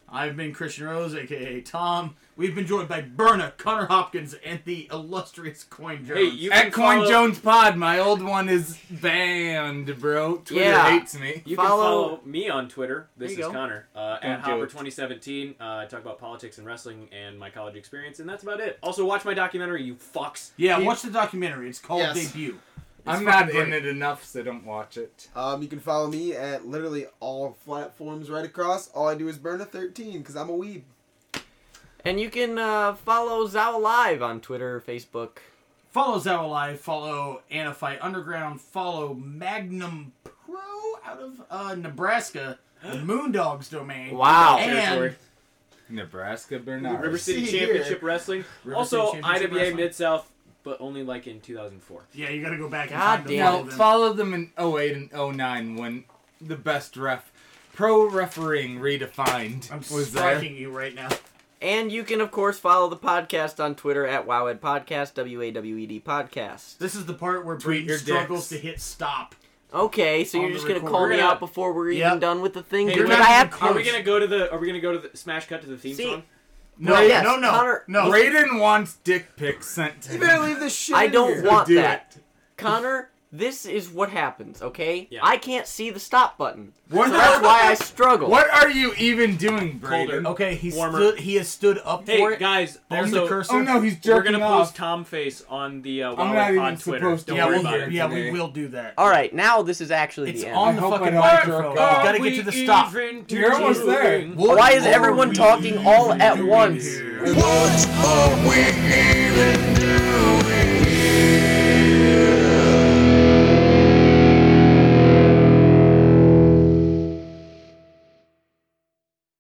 C: I've been Christian Rose, aka Tom. We've been joined by Berna, Connor Hopkins, and the illustrious Coin Jones.
G: Hey, you can
A: At Coin
G: follow,
A: Jones Pod, my old one is banned, bro. Twitter
B: Yeah.
A: hates me.
G: You
B: follow-
G: can follow me on Twitter. This
B: There
G: is
B: you go.
G: Connor uh,
A: Don't
G: at
A: do
G: Hopper
A: it.
G: 2017. Uh, I talk about politics and wrestling and my college experience, and that's about it. Also, watch my documentary, you fucks.
C: yeah, watch the documentary. It's called
D: Yes.
C: Debut.
A: I'm not
C: fucking
A: in it enough, so don't watch it.
D: Um, you can follow me at literally all platforms right across. All I do is burn a 13 because I'm a weeb.
B: And you can uh, follow Zao Live on Twitter, Facebook.
C: Follow Zawa Live, follow Anna Fight Underground, follow Magnum Pro out of uh, Nebraska, the Moondog's domain.
B: Wow.
C: And
A: Nebraska Bernard.
G: River City
D: See here.
G: Championship Wrestling.
C: River
G: also,
C: City Championship
G: IWA
C: Wrestling.
G: Mid South, but only like in 2004.
C: yeah, you gotta go back and
B: God
C: find
B: damn
C: all
A: Now,
C: of them.
A: follow them in 08 and 09 when the best ref, pro refereeing redefined,
C: I'm
A: was there.
C: striking you right now.
B: And you can, of course, follow the podcast on Twitter at Wowed Podcast, W A W E D Podcast.
C: This is the part where
A: Tweet
C: Brayden
A: your
C: struggles
A: dicks.
C: to hit stop.
B: Okay, so
C: On
B: you're
C: the
B: just gonna
C: record.
B: call me
G: We're
B: out
G: gonna-
B: before we're
C: Yep.
B: even done with the thing.
G: Hey,
B: because
G: we're
B: I
G: not
B: have
C: even
B: to-
C: close.
G: Are we gonna go to the? Are we gonna go to the smash cut to the theme
B: See,
G: song?
C: No,
B: Well, yes,
C: no, no,
B: Connor-
C: no.
A: Braden wants dick pics sent to
D: You
A: him.
D: better leave this shit.
B: I
D: in
B: don't
D: here.
B: want
A: do
B: that, Connor. This is what happens, okay?
G: Yeah.
B: I can't see the stop button.
A: What,
B: So that's why I struggle.
A: what are you even doing, Braden?
C: Okay, he
G: Warmer.
C: stood. He has stood up
G: Hey
C: for it.
G: guys,
C: There's
G: also
C: the cursor.
A: Oh no, he's
G: we're
A: jerking
G: gonna
A: off.
G: post Tom Face on the uh,
A: not
G: Wild
A: even
G: on Twitter.
A: supposed to
G: Don't
A: be
C: yeah,
G: worry
C: we'll,
G: about
A: here.
G: it.
C: yeah,
A: today.
C: we will do that.
B: All right, now this is actually
C: It's
B: the end.
C: on
A: I
C: the
A: hope I
C: fucking
A: don't jerk
C: microphone. You
A: off.
C: gotta get to the stop.
A: You're almost there.
C: What
B: Why is
C: are
B: everyone
C: we
B: talking all at once?
C: here?
H: What are we even